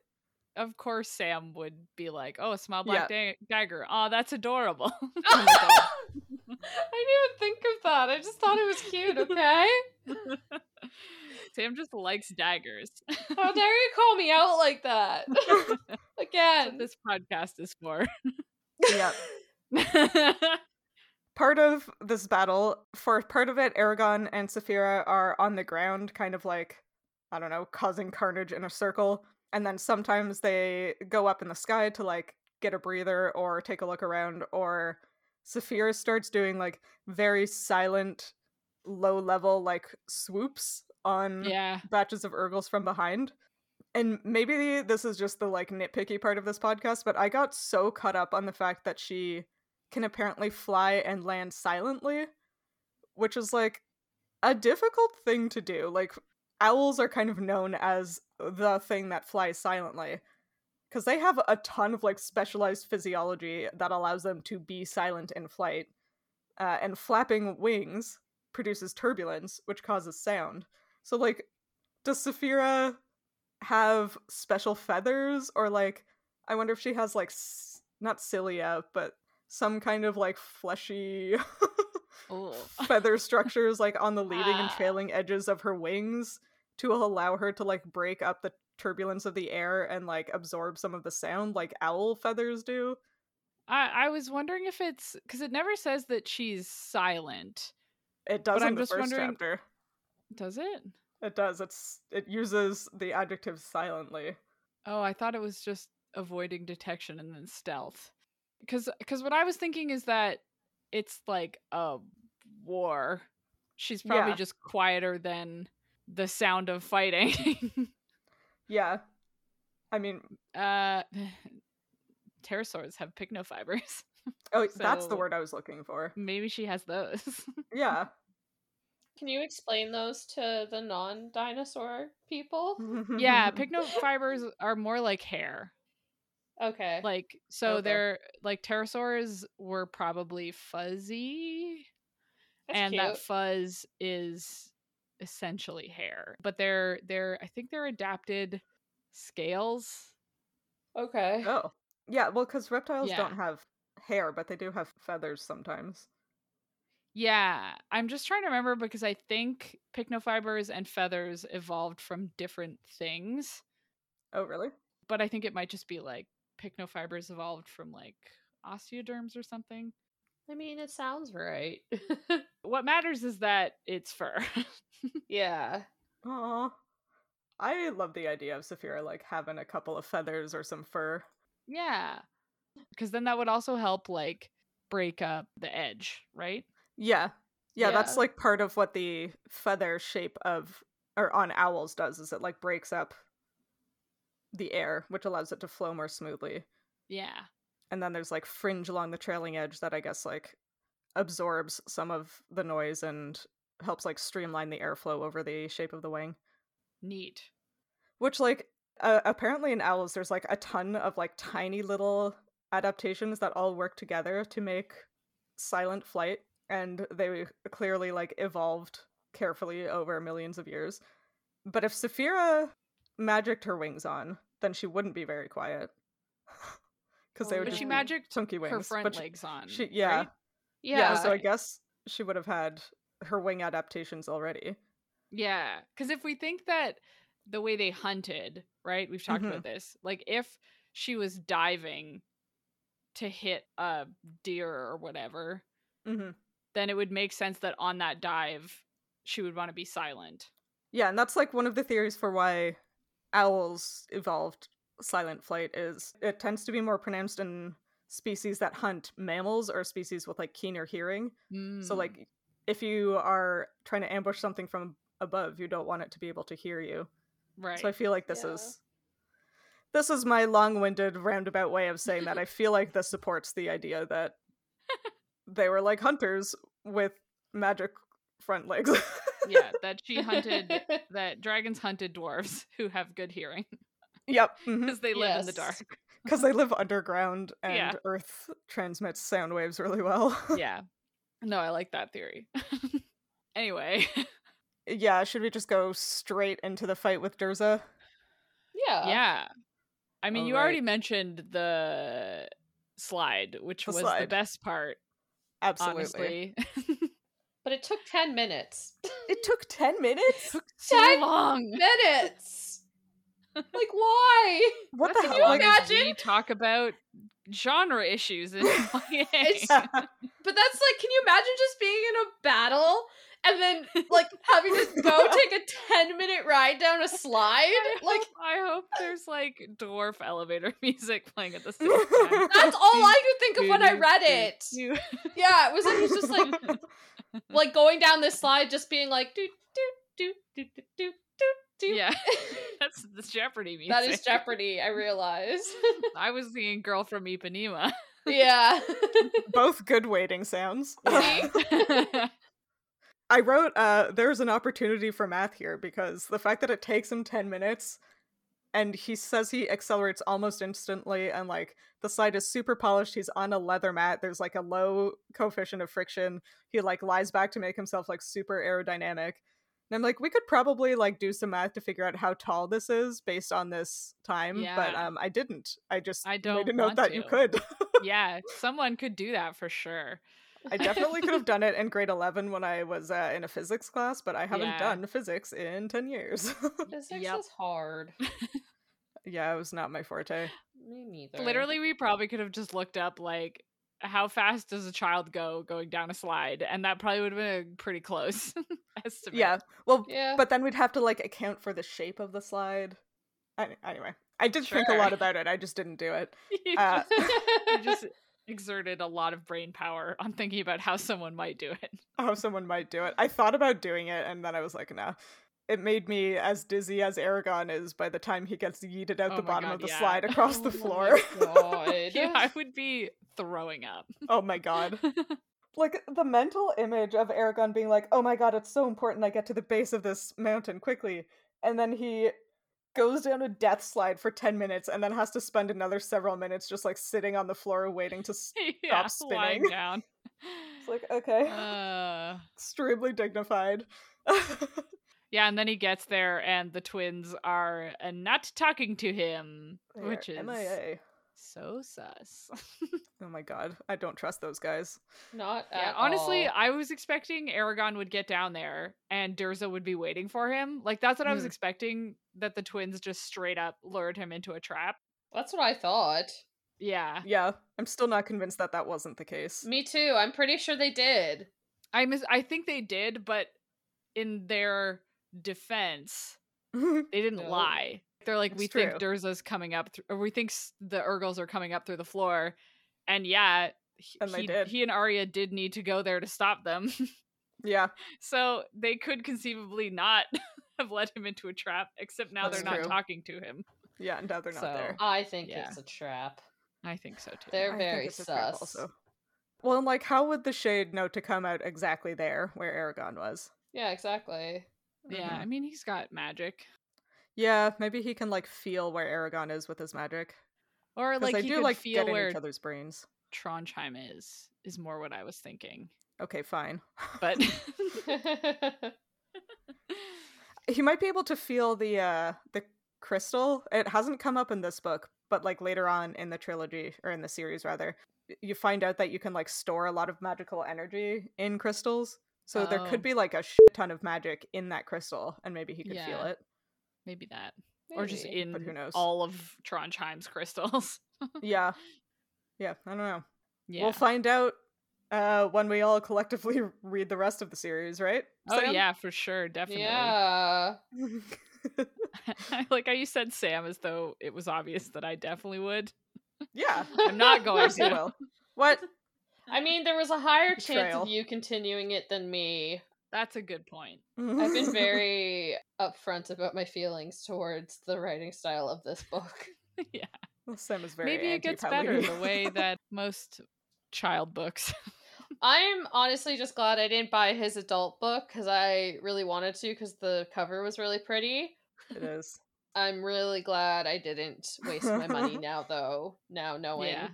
Of course, Sam would be like, "Oh, a small black Yeah. da- dagger. Oh, that's adorable." Oh my God. I didn't even think of that. I just thought it was cute, okay? Sam just likes daggers. How dare you call me out like that? Again. this podcast is for. yeah. part of this battle, for part of it, Aragon and Saphira are on the ground, kind of like, I don't know, causing carnage in a circle. And then sometimes they go up in the sky to like get a breather or take a look around. Or Saphira starts doing like very silent, low level like swoops on yeah. batches of Urgles from behind. And maybe this is just the like nitpicky part of this podcast, but I got so caught up on the fact that she can apparently fly and land silently, which is like a difficult thing to do. Like owls are kind of known as the thing that flies silently because they have a ton of like specialized physiology that allows them to be silent in flight. Uh, and flapping wings produces turbulence, which causes sound. So like, does Saphira have special feathers or like? I wonder if she has like s- not cilia, but some kind of like fleshy Ooh. feather structures like on the leading and Ah. trailing edges of her wings to allow her to like break up the turbulence of the air and like absorb some of the sound like owl feathers do. I, I was wondering if it's because it never says that she's silent. It does I'm in the just first wondering- chapter. Does it? It does. It's it uses the adjective silently. Oh, I thought it was just avoiding detection and then stealth. Because because what I was thinking is that it's like a war. She's probably Yeah. just quieter than the sound of fighting. Yeah. I mean, uh, pterosaurs have pycnofibers. oh, that's the So- word I was looking for. Maybe she has those. Yeah. Can you explain those to the non dinosaur people? yeah, pycnofibers are more like hair. Oh, Okay. like so Okay. they're like pterosaurs were probably fuzzy That's and that cute. fuzz is essentially hair but they're they're i think they're adapted scales okay. oh. Yeah, well cuz reptiles Yeah. don't have hair, but they do have feathers sometimes. yeah i'm just trying to remember because i think pycnofibers and feathers evolved from different things Oh, really? but i think it might just be like pycnofibers evolved from like osteoderms or something I mean, it sounds right. what matters is that it's fur yeah. Aw. I love the idea of Saphira like having a couple of feathers or some fur. Yeah. Because then that would also help, like, break up the edge, right? Yeah. Yeah, that's Yeah. like part of what the feather shape of or on owls does is it like breaks up the air, which allows it to flow more smoothly. Yeah. And then there's like fringe along the trailing edge that I guess like absorbs some of the noise and helps like streamline the airflow over the shape of the wing. Neat. which like uh, apparently in owls there's like a ton of like tiny little adaptations that all work together to make silent flight and they clearly like evolved carefully over millions of years but if saphira magicked her wings on then she wouldn't be very quiet because they Oh, would But just she be mag- magicked chunky wings her front but she- legs on. she, yeah right? yeah, Yeah. so i guess she would have had her wing adaptations already Yeah. Because if we think that the way they Mm-hmm. hunted, right? We've talked about this. Like, if she was diving to hit a deer or whatever, hmm then it would make sense that on that dive, she would want to be silent. Yeah, and that's like one of the theories for why owls evolved silent flight is it tends to be more pronounced in species that hunt mammals or species with like keener hearing. So Mm. like if you are trying to ambush something from above, you don't want it to be able to hear you. right. So I feel like this Yeah. is this is my long-winded roundabout way of saying that. I feel like this supports the idea that they were like hunters with magic front legs. yeah, that she hunted that dragons hunted dwarves who have good hearing yep. because they live in the Mm, Yes. dark. Because they live underground and Yeah. Earth transmits sound waves really well. Yeah. No, I like that theory. anyway, yeah, should we just go straight into the fight with Durza? yeah. yeah. I mean, All you already right. mentioned the slide, which The was the slide. best part, Absolutely. honestly. But it took 10 minutes. It took 10 minutes? took so Ten long. minutes! like, why? What That's the as hell? you long as imagine? we talk about genre issues in YA. It's- Like- But that's like, can you imagine just being in a battle and then like having to go take a 10 minute ride down a slide? I Like, hope, I hope there's like dwarf elevator music playing at the same time. that's all I could think of when I read it. You- Yeah, it was, it was just like, like going down this slide, just being like, do, do, do, do, do, do, do. yeah, that's the Jeopardy music. that is Jeopardy, I realize. I was singing "Girl from Ipanema." yeah. Both good waiting sounds. See? I wrote uh there's an opportunity for math here because the fact that it takes him 10 minutes and he says he accelerates almost instantly and like the slide is super polished he's on a leather mat there's like a low coefficient of friction he like lies back to make himself like super aerodynamic and I'm like we could probably like do some math to figure out how tall this is based on this time but Yeah. um I didn't I just I don't made a note want that you to. could yeah, someone could do that for sure. I definitely could have done it in grade 11 when I was uh, in a physics class, but I haven't Yeah. done physics in 10 years. Physics Yep. is hard. yeah, it was not my forte. Me neither. Literally, we probably could have just looked up like how fast does a child go going down a slide, and that probably would have been a pretty close estimate. Yeah. Well, Yeah. but then we'd have to like account for the shape of the slide. Any- anyway, I did think a lot Sure. about it. I just didn't do it. You Uh, just- you just exerted a lot of brain power on thinking about how someone might do it. How someone might do it. I thought about doing it and then I was like, nah. It made me as dizzy as Aragon is by the time he gets yeeted out Oh the my bottom God, of the yeah. slide across the floor. Oh my Yeah, God. I would be throwing up. oh my god. like the mental image of Aragon being like, "Oh my god, it's so important I get to the base of this mountain quickly." And then he goes down a death slide for 10 minutes and then has to spend another several minutes just like sitting on the floor waiting to s- yeah, lying spinning. down. It's like, "Okay, Uh, extremely dignified." yeah, and then he gets there, and the twins are uh, not talking to him, They are uh, which is MIA. so sus. Oh my god, I don't trust those guys. Not yeah, Uh, at honestly, all. I was expecting Aragon would get down there and Durza would be waiting for him. Like that's what I was Mm. expecting. That the twins just straight up lured him into a trap. that's what I thought. Yeah, Yeah, I'm still not convinced that that wasn't the case. Me too. I'm pretty sure they did. I mis- I think they did, but in their defense, they didn't No. lie. They're like, It's we think true. Durza's coming up, thr- or we think s- the Urgles are coming up through the floor, and yeah, he, And they he, did. he and Arya did need to go there to stop them, yeah, so they could conceivably not have led him into a trap. Except now That's they're not true. talking to him. yeah, no, they're not So, there. I think Yeah. it's a trap. I think so too. They're I think very it's a trap sus. Well, and like, how would the shade know to come out exactly there where Aragon was? Yeah, exactly. yeah, Mhm. I mean, he's got magic, Yeah, maybe he can like feel where Aragon is with his magic. or 'Cause like they he do could like feel get in where each other's brains. Trondheim is. Is more what I was thinking, Okay, fine. but he might be able to feel the uh the crystal. It hasn't come up in this book, but like later on in the trilogy or in the series rather, y- you find out that you can like store a lot of magical energy in crystals. So there Oh. could be like a shit ton of magic in that crystal, and maybe he could feel Yeah. it. maybe that. or just Maybe. in who knows? all of Trondheim's crystals. Yeah. Yeah, I don't know. Yeah. We'll find out uh, when we all collectively read the rest of the series, right? oh Sam? yeah, for sure, definitely. Yeah. I like how you said Sam as though it was obvious that I definitely would. yeah. I'm not Of going course you to. will. What? I mean, there was a higher chance Betrayal. of you continuing it than me. That's a good point. I've been very upfront about my feelings towards the writing style of this book. yeah. Well, Sam is very. Maybe it gets better the way that most child books. I'm honestly just glad I didn't buy his adult book because I really wanted to because the cover was really pretty. it is. I'm really glad I didn't waste my money now, though. Now knowing, Yeah.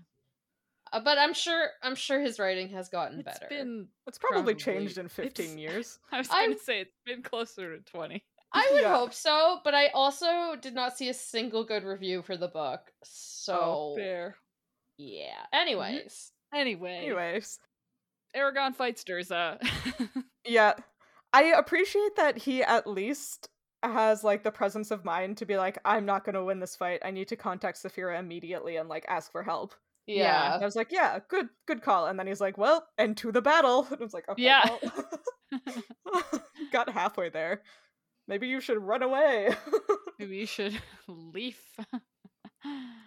Uh, but I'm sure I'm sure his writing has gotten It's better. been It's Probably. probably, changed in 15 It's- years. I was I'm- going to say it's been closer to 20. I would Yeah. hope so, but I also did not see a single good review for the book. So fair. yeah. Anyways, Anyway, Anyways, Aragon uh, fights Durza. yeah, I appreciate that he at least has like the presence of mind to be like, I'm not going to win this fight. I need to contact Saphira immediately and like ask for help. Yeah. yeah. And I was like, yeah, good, good call. And then he's like, well, and to the battle. And I was like, okay, Yeah. well. got halfway there. Maybe you should run away. Maybe you should leaf.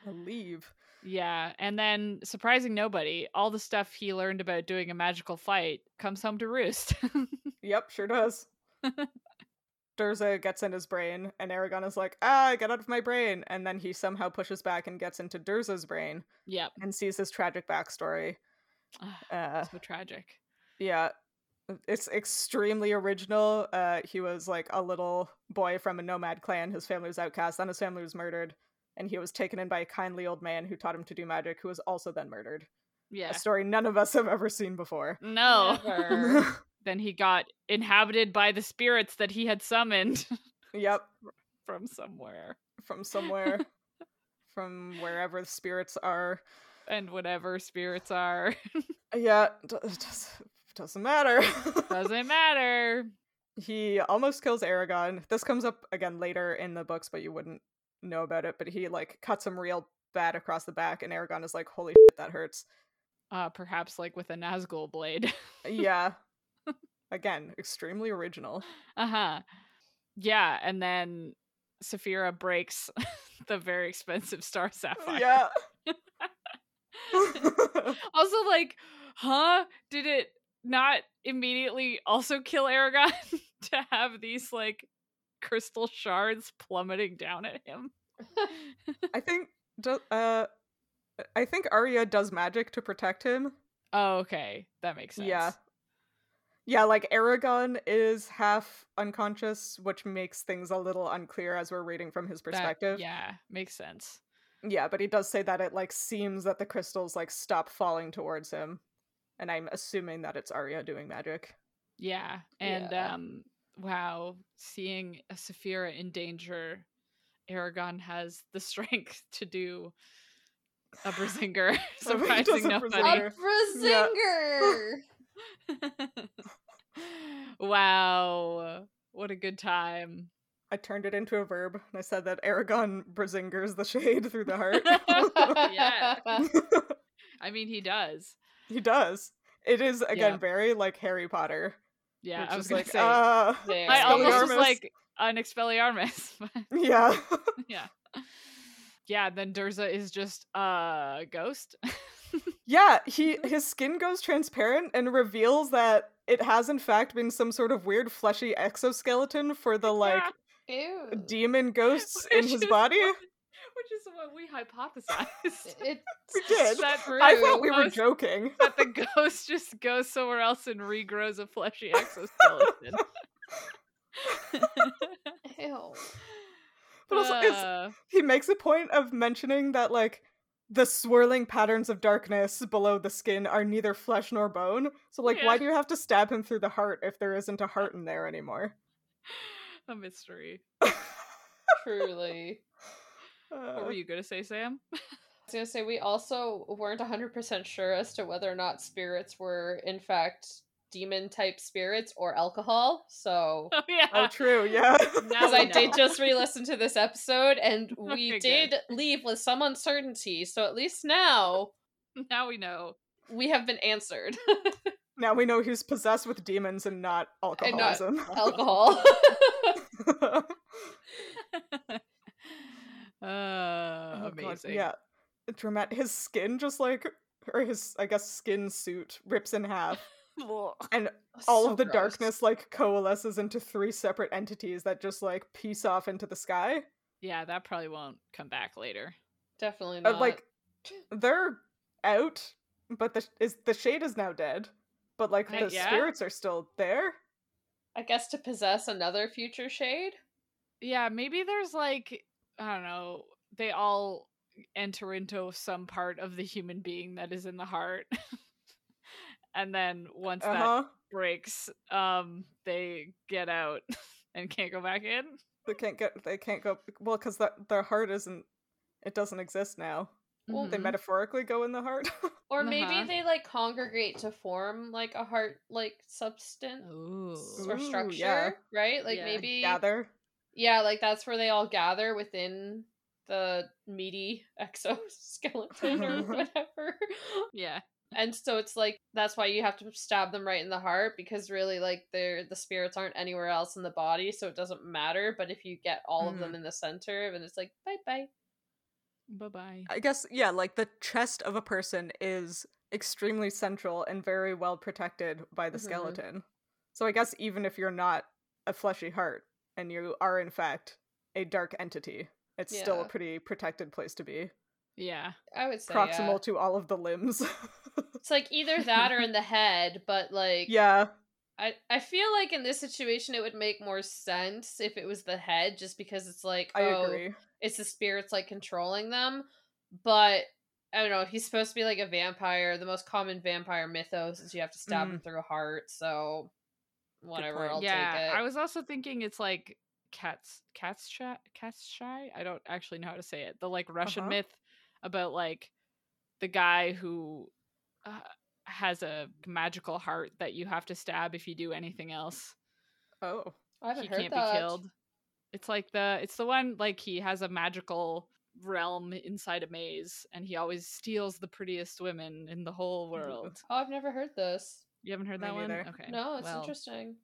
Leave. yeah, and then surprising nobody, all the stuff he learned about doing a magical fight comes home to roost. Yep, sure does. Durza gets in his brain, and Aragon is like, ah, get out of my brain. And then he somehow pushes back and gets into Durza's brain yep. and sees his tragic backstory. Ah, Uh, so tragic. yeah. uh, It's extremely original. Uh, he was like a little boy from a nomad clan. His family was outcast, then his family was murdered, and he was taken in by a kindly old man who taught him to do magic, who was also then murdered. Yeah. A story none of us have ever seen before. No. Never. then he got inhabited by the spirits that he had summoned yep, from somewhere from somewhere, from wherever the spirits are. and whatever spirits are. Yeah, d- it does, doesn't matter. Doesn't matter. he almost kills Aragon. This comes up again later in the books, but you wouldn't know about it. But he like cuts him real bad across the back, and Aragon is like, "Holy shit, that hurts." Uh, perhaps like with a Nazgul blade. Yeah. again, extremely original. Uh huh. Yeah, and then Saphira breaks the very expensive Star Sapphire. Yeah. also, like, huh? Did it not immediately also kill Aragon to have these like crystal shards plummeting down at him? I think do- uh I think Arya does magic to protect him. Oh, okay, that makes sense. Yeah. Yeah, like Aragon is half unconscious, which makes things a little unclear as we're reading from his That- perspective. yeah, makes sense. Yeah, but he does say that it like seems that the crystals like stop falling towards him. And I'm assuming that it's Arya doing magic. Yeah, and Yeah. um, wow, seeing a Saphira in danger, Aragon has the strength to do a Brisinger, does a surprising nobody. Brazinger. A Yeah. Brasinger. wow, what a good time! I turned it into a verb and I said that Aragon brazingers the shade through the heart. Yeah. I mean, he does. he does. It is again Yeah. very like Harry Potter. Yeah, which I is was like gonna say. uh, There. I almost was Expelliarmus. like an Expelliarmus. but yeah. yeah. Yeah, then Durza is just a uh, ghost. Yeah, he his skin goes transparent and reveals that it has in fact been some sort of weird fleshy exoskeleton for the like Ew. demon ghosts in Which his is body. what- which is what we hypothesized. It, We did. That true. I thought we were Most- joking. that the ghost just goes somewhere else and regrows a fleshy exoskeleton. Ew. But also, it's, Uh, he makes a point of mentioning that like the swirling patterns of darkness below the skin are neither flesh nor bone. So like, Yeah. why do you have to stab him through the heart if there isn't a heart in there anymore? a mystery. Truly. What Uh, were you gonna say, Sam? I was gonna say we also weren't hundred percent sure as to whether or not spirits were in fact demon type spirits or alcohol. So Oh yeah. oh, true. Yeah. Now because I we did know. just re-listen to this episode and Okay, we good. did leave with some uncertainty. So at least now now we know. We have been answered. Now we know he's possessed with demons and not And not alcoholism. Alcohol. uh, Oh, God, amazing. Yeah. Dramat his skin just like or his I guess skin suit rips in half and all So of the gross. darkness like coalesces into three separate entities that just like piece off into the sky. Yeah, that probably won't come back later. Definitely Uh, not. like they're out, but the is the shade is now dead. But like Uh, the yeah? spirits are still there. I guess to possess another future shade. Yeah, maybe there's like I don't know. They all enter into some part of the human being that is in the heart, and then once Uh that huh. breaks, um, they get out and can't go back in. They can't get. They can't go. Well, because the, their heart isn't. It doesn't exist now. Well, They Mhm. metaphorically go in the heart. Or maybe Uh-huh. they like congregate to form like a heart like substance Ooh. or Ooh, structure, yeah. right? Like Yeah. maybe Gather. Yeah, like that's where they all gather within the meaty exoskeleton or Mhm. whatever. Yeah. And so it's like that's why you have to stab them right in the heart because really like they're the spirits aren't anywhere else in the body, so it doesn't matter. But if you get all of Mm-hmm. them in the center, then it's like bye bye. Bye bye. I guess yeah. Like the chest of a person is extremely central and very well protected by the Mhm. skeleton. So I guess even if you're not a fleshy heart and you are in fact a dark entity, it's still a Yeah. pretty protected place to be. Yeah. I would say Proximal yeah. to all of the limbs. It's like either that or in the head, but like yeah. I, I feel like in this situation it would make more sense if it was the head just because it's like I oh agree. it's the spirits like controlling them but i don't know if he's supposed to be like a vampire the most common vampire mythos is you have to stab Mm. him through a heart so whatever point. i'll yeah. take it I was also thinking it's like cats cats shy cats shy. I don't actually know how to say it. The like Russian Uh-huh. myth about like the guy who uh, has a magical heart that you have to stab if you do anything else. Oh. i haven't he heard can't that be killed. It's like the it's the one like he has a magical realm inside a maze and he always steals the prettiest women in the whole world. oh i've never heard this You haven't heard Me that one? neither. Okay. no it's well, interesting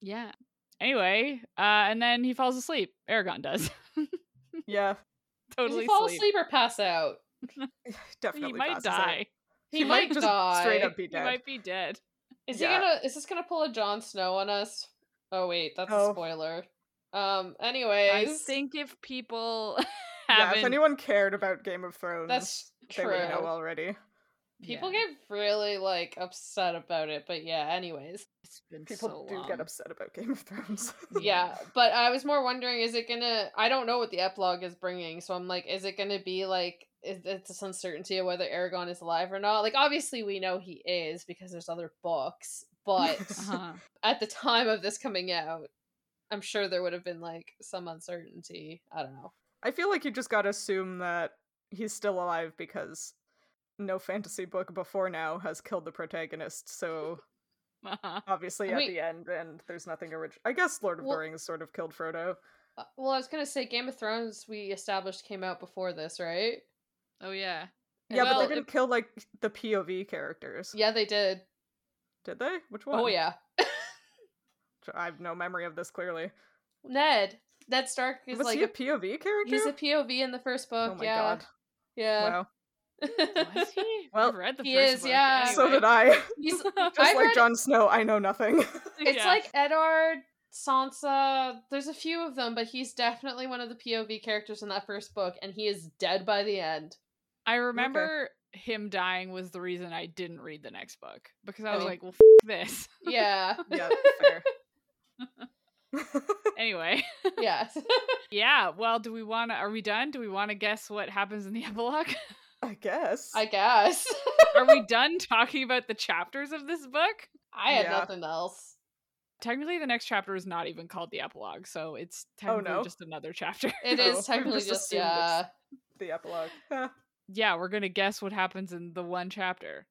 Yeah. Anyway, uh, and then he falls asleep. Aragon does. Yeah. Does totally he fall sleep. asleep or pass out Definitely. He might passes out. die. he, He might might just die straight up be He dead. might be dead. Is Yeah. he gonna? Is this gonna pull a Jon Snow on us? Oh wait, that's a Oh. spoiler. Um. Anyways, I think if people yeah, haven't, if anyone cared about Game of Thrones, that's they true. would know already. People Yeah. get really like upset about it, but yeah. Anyways, It's been People so do long. get upset about Game of Thrones. yeah. But I was more wondering, is it gonna? I don't know what the epilogue is bringing, so I'm like, is it gonna be like? Is it's this uncertainty of whether Aragon is alive or not? Like, obviously we know he is because there's other books, but Uh-huh. at the time of this coming out, I'm sure there would have been like some uncertainty. I don't know. I feel like you just gotta assume that he's still alive because no fantasy book before now has killed the protagonist. So Uh-huh. obviously I at mean- the end, and there's nothing original. I guess Lord of Well- the Rings sort of killed Frodo. Uh, Well, I was gonna say Game of Thrones we established came out before this, right? Oh yeah. Yeah, but Well, they didn't kill like the POV characters, Yeah, they did. did they? Which one? Oh yeah, I have no memory of this clearly. Ned. Ned Stark is Was like he a a- POV character? he's a POV in the first book. oh my yeah, uh, god! yeah. Wow. Was he? Well, I've read the he first is, book. yeah. So did I. Just He's like I've read- Jon Snow, I know nothing. it's like Edard, Sansa. There's a few of them, but he's definitely one of the POV characters in that first book, and he is dead by the end. I remember him dying was the reason I didn't read the next book because I was Oh. like, well, f- this. Yeah, yeah, fair. anyway, yeah. yeah. Well, do we want to? Are we done? Do we want to guess what happens in the epilogue? I guess. I guess are we done talking about the chapters of this book? I had Yeah. nothing else. technically the next chapter is not even called the epilogue so it's Oh, technically no. just another chapter It Oh, is we've technically just just assumed it's- yeah. the epilogue. Huh. yeah we're gonna guess what happens in the one chapter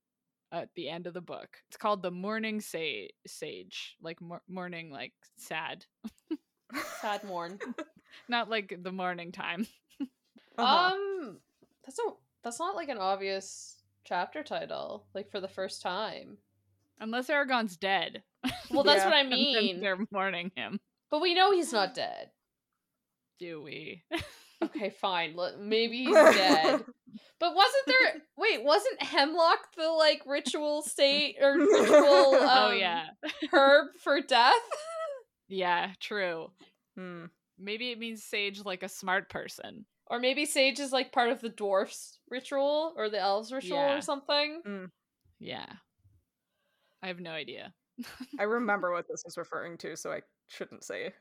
at the end of the book it's called the morning Sa- sage like mor- morning like sad Sad mourn. not like the morning time Uh-huh. Um, that's a that's not like an obvious chapter title, like for the first time. Unless Aragon's dead. Well, that's Yeah, what I and then mean. they're mourning him. But we know he's not dead. Do we? Okay, fine. Let- Maybe he's dead. But wasn't there? Wait, wasn't hemlock the like ritual state or ritual? Um, oh yeah. herb for death. Yeah, true. Hmm. Maybe it means sage like a smart person. Or maybe sage is like part of the dwarfs ritual or the elves ritual Yeah. or something. Yeah. I have no idea. I remember what this is referring to, so I shouldn't say.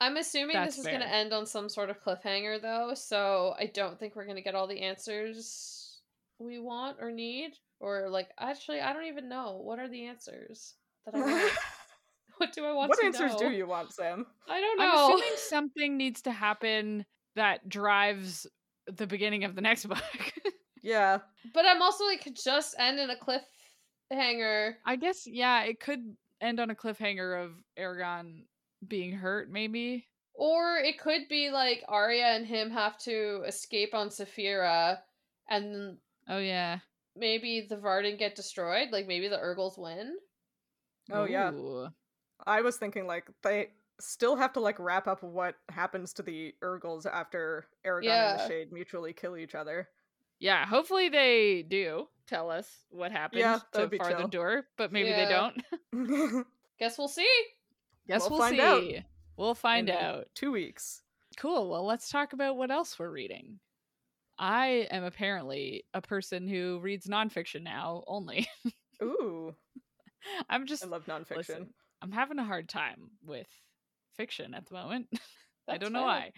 I'm assuming That's this is going fair. to end on some sort of cliffhanger, though, so I don't think we're going to get all the answers we want or need. Or, like, actually, I don't even know. What are the answers that I want? what do I want what to answers do know? you want, Sam? I don't I'm know. assuming something needs to happen that drives the beginning of the next book. Yeah. but I'm also, like, could just end in a cliffhanger. I guess yeah, it could end on a cliffhanger of Aragon being hurt maybe. Or it could be, like, Arya and him have to escape on Saphira and Oh yeah. maybe the Varden get destroyed. Like, maybe the Urgles win. Oh, yeah. Ooh. I was thinking like they still have to like wrap up what happens to the Urgles after Aragon and Yeah. the Shade mutually kill each other. Yeah, hopefully they do tell us what happened Yeah, that to would be Farther chill. Door, but maybe Yeah. they don't. Guess we'll see. Guess we'll, We'll find see. out. We'll find In out. Two weeks. Cool. Well, let's talk about what else we're reading. I am apparently a person who reads nonfiction now only. Ooh. I'm just I love nonfiction. listen, I'm having a hard time with fiction at the moment. I That's don't know fair. why.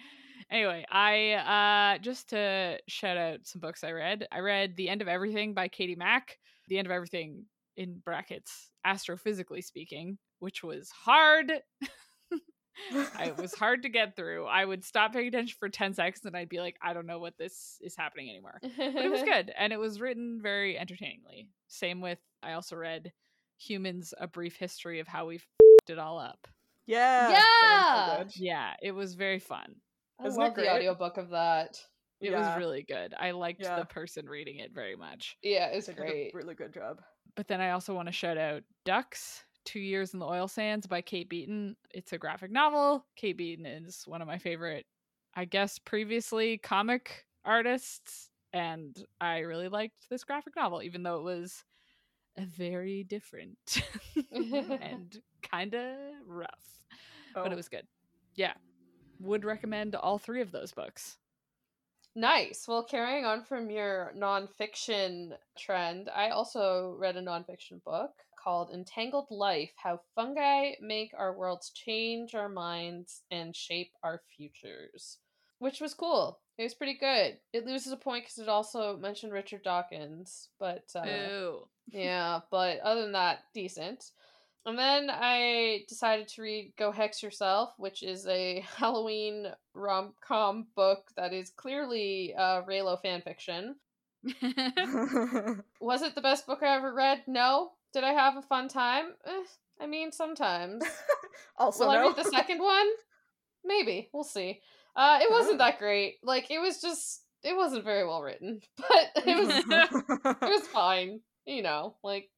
Anyway, I uh just to shout out some books I read. I read The End of Everything by Katie Mack. The End of Everything in brackets, astrophysically speaking, which was hard. I- it was hard to get through. I would stop paying attention for 10 seconds and I'd be like, I don't know what this is happening anymore. But it was good and it was written very entertainingly. Same with I also read Humans A Brief History of How We F***ed It All Up. Yeah. that Yeah! one's so good. Yeah, it was very fun. I Isn't it love the great? audiobook of that. It Yeah, was really good. I liked Yeah. the person reading it very much. Yeah, it's they did a great. really good job. But then I also want to shout out Ducks, Two Years in the Oil Sands by Kate Beaton. It's a graphic novel. Kate Beaton is one of my favorite, I guess, previously comic artists. And I really liked this graphic novel, even though it was very different and kind of rough. But Oh. it was good. Yeah. Would recommend all three of those books. Nice. Well, carrying on from your nonfiction trend, I also read a nonfiction book called Entangled Life How Fungi Make Our Worlds Change Our Minds and Shape Our Futures, which was cool. It was pretty good. It loses a point because it also mentioned Richard Dawkins, but. Uh, Ooh. yeah, but other than that, decent. And then I decided to read Go Hex Yourself, which is a Halloween rom com book that is clearly uh, Raylo fanfiction. Was it the best book I ever read? No. Did I have a fun time? Eh, I mean, sometimes. also Will no. I read the second one? Maybe. We'll see. Uh, it wasn't Oh. that great. Like, it was just, it wasn't very well written, Mm-hmm. but it was it was fine. You know, like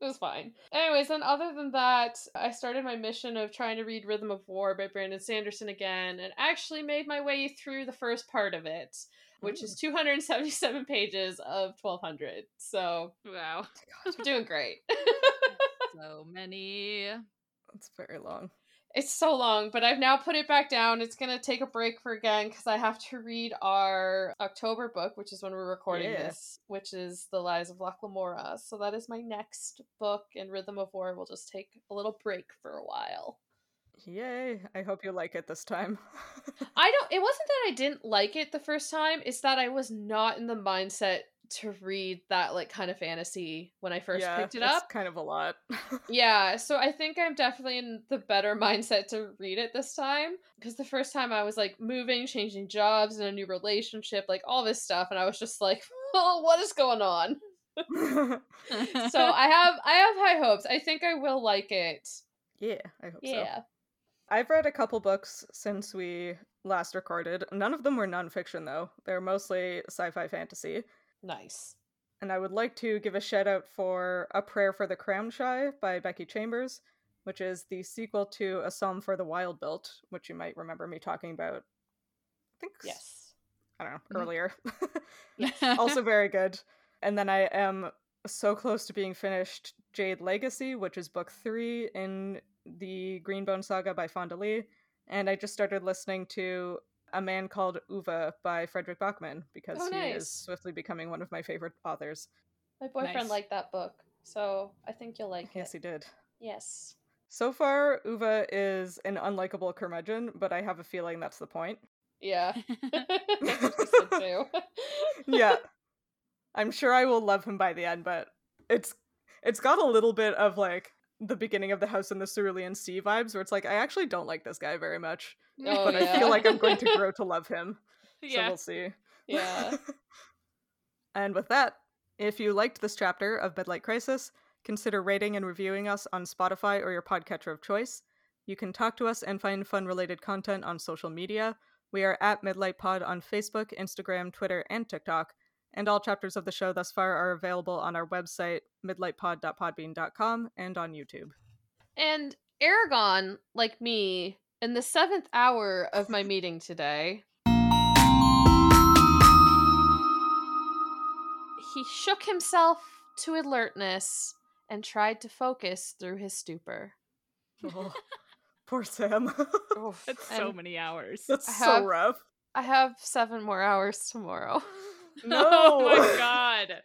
it was fine. Anyways, and other than that, I started my mission of trying to read Rhythm of War by Brandon Sanderson again and actually made my way through the first part of it, which is 277 pages of 1200. So, Wow. I'm doing great. So many. That's very long. it's so long, but I've now put it back down. It's going to take a break for again cuz I have to read our October book, which is when we're recording Yeah. this, which is The Lies of Laclamora. So that is my next book and Rhythm of War will just take a little break for a while. Yay. I hope you like it this time. I don't it wasn't that I didn't like it the first time, it's that I was not in the mindset to read that like kind of fantasy when I first yeah, picked it it's up. kind of a lot. Yeah, so I think I'm definitely in the better mindset to read it this time because the first time I was like moving, changing jobs, and a new relationship, like all this stuff, and I was just like, "Oh, what is going on?" So I have I have high hopes. I think I will like it. yeah, I hope so. Yeah. I've read a couple books since we last recorded. None of them were nonfiction, though. They're mostly sci fi fantasy. Nice. And I would like to give a shout out for A Prayer for the Crown Shy by Becky Chambers, which is the sequel to A Psalm for the Wild Built, which you might remember me talking about, I think, s- Yes. Mm-hmm. I don't know, Mhm. earlier. also very good. And then I am so close to being finished Jade Legacy, which is book three in the Greenbone Saga by Fonda Lee. And I just started listening to A Man Called Uva by Frederick Bachman because Oh, he nice. is swiftly becoming one of my favorite authors. My boyfriend Nice. liked that book, so I think you'll like Yes, it. he did. Yes. So far, Uva is an unlikable curmudgeon, but I have a feeling that's the point. Yeah. That's what she said too. yeah. I'm sure I will love him by the end, but it's it's got a little bit of like the beginning of the House in the Cerulean Sea vibes, where it's like I actually don't like this guy very much, Oh, but I yeah. feel like I'm going to grow to love him. So yeah. we'll see. Yeah. and with that, if you liked this chapter of Midlight Crisis, consider rating and reviewing us on Spotify or your podcatcher of choice. You can talk to us and find fun related content on social media. We are at Midlight Pod on Facebook, Instagram, Twitter, and TikTok. And all chapters of the show thus far are available on our website, midlightpod.podbean.com, and on YouTube. And Aragon, like me, in the seventh hour of my meeting today, he shook himself to alertness and tried to focus through his stupor. Oh, poor Sam. That's so And many hours. Oh That's I so have- rough. I have seven more hours tomorrow. No. Oh my god.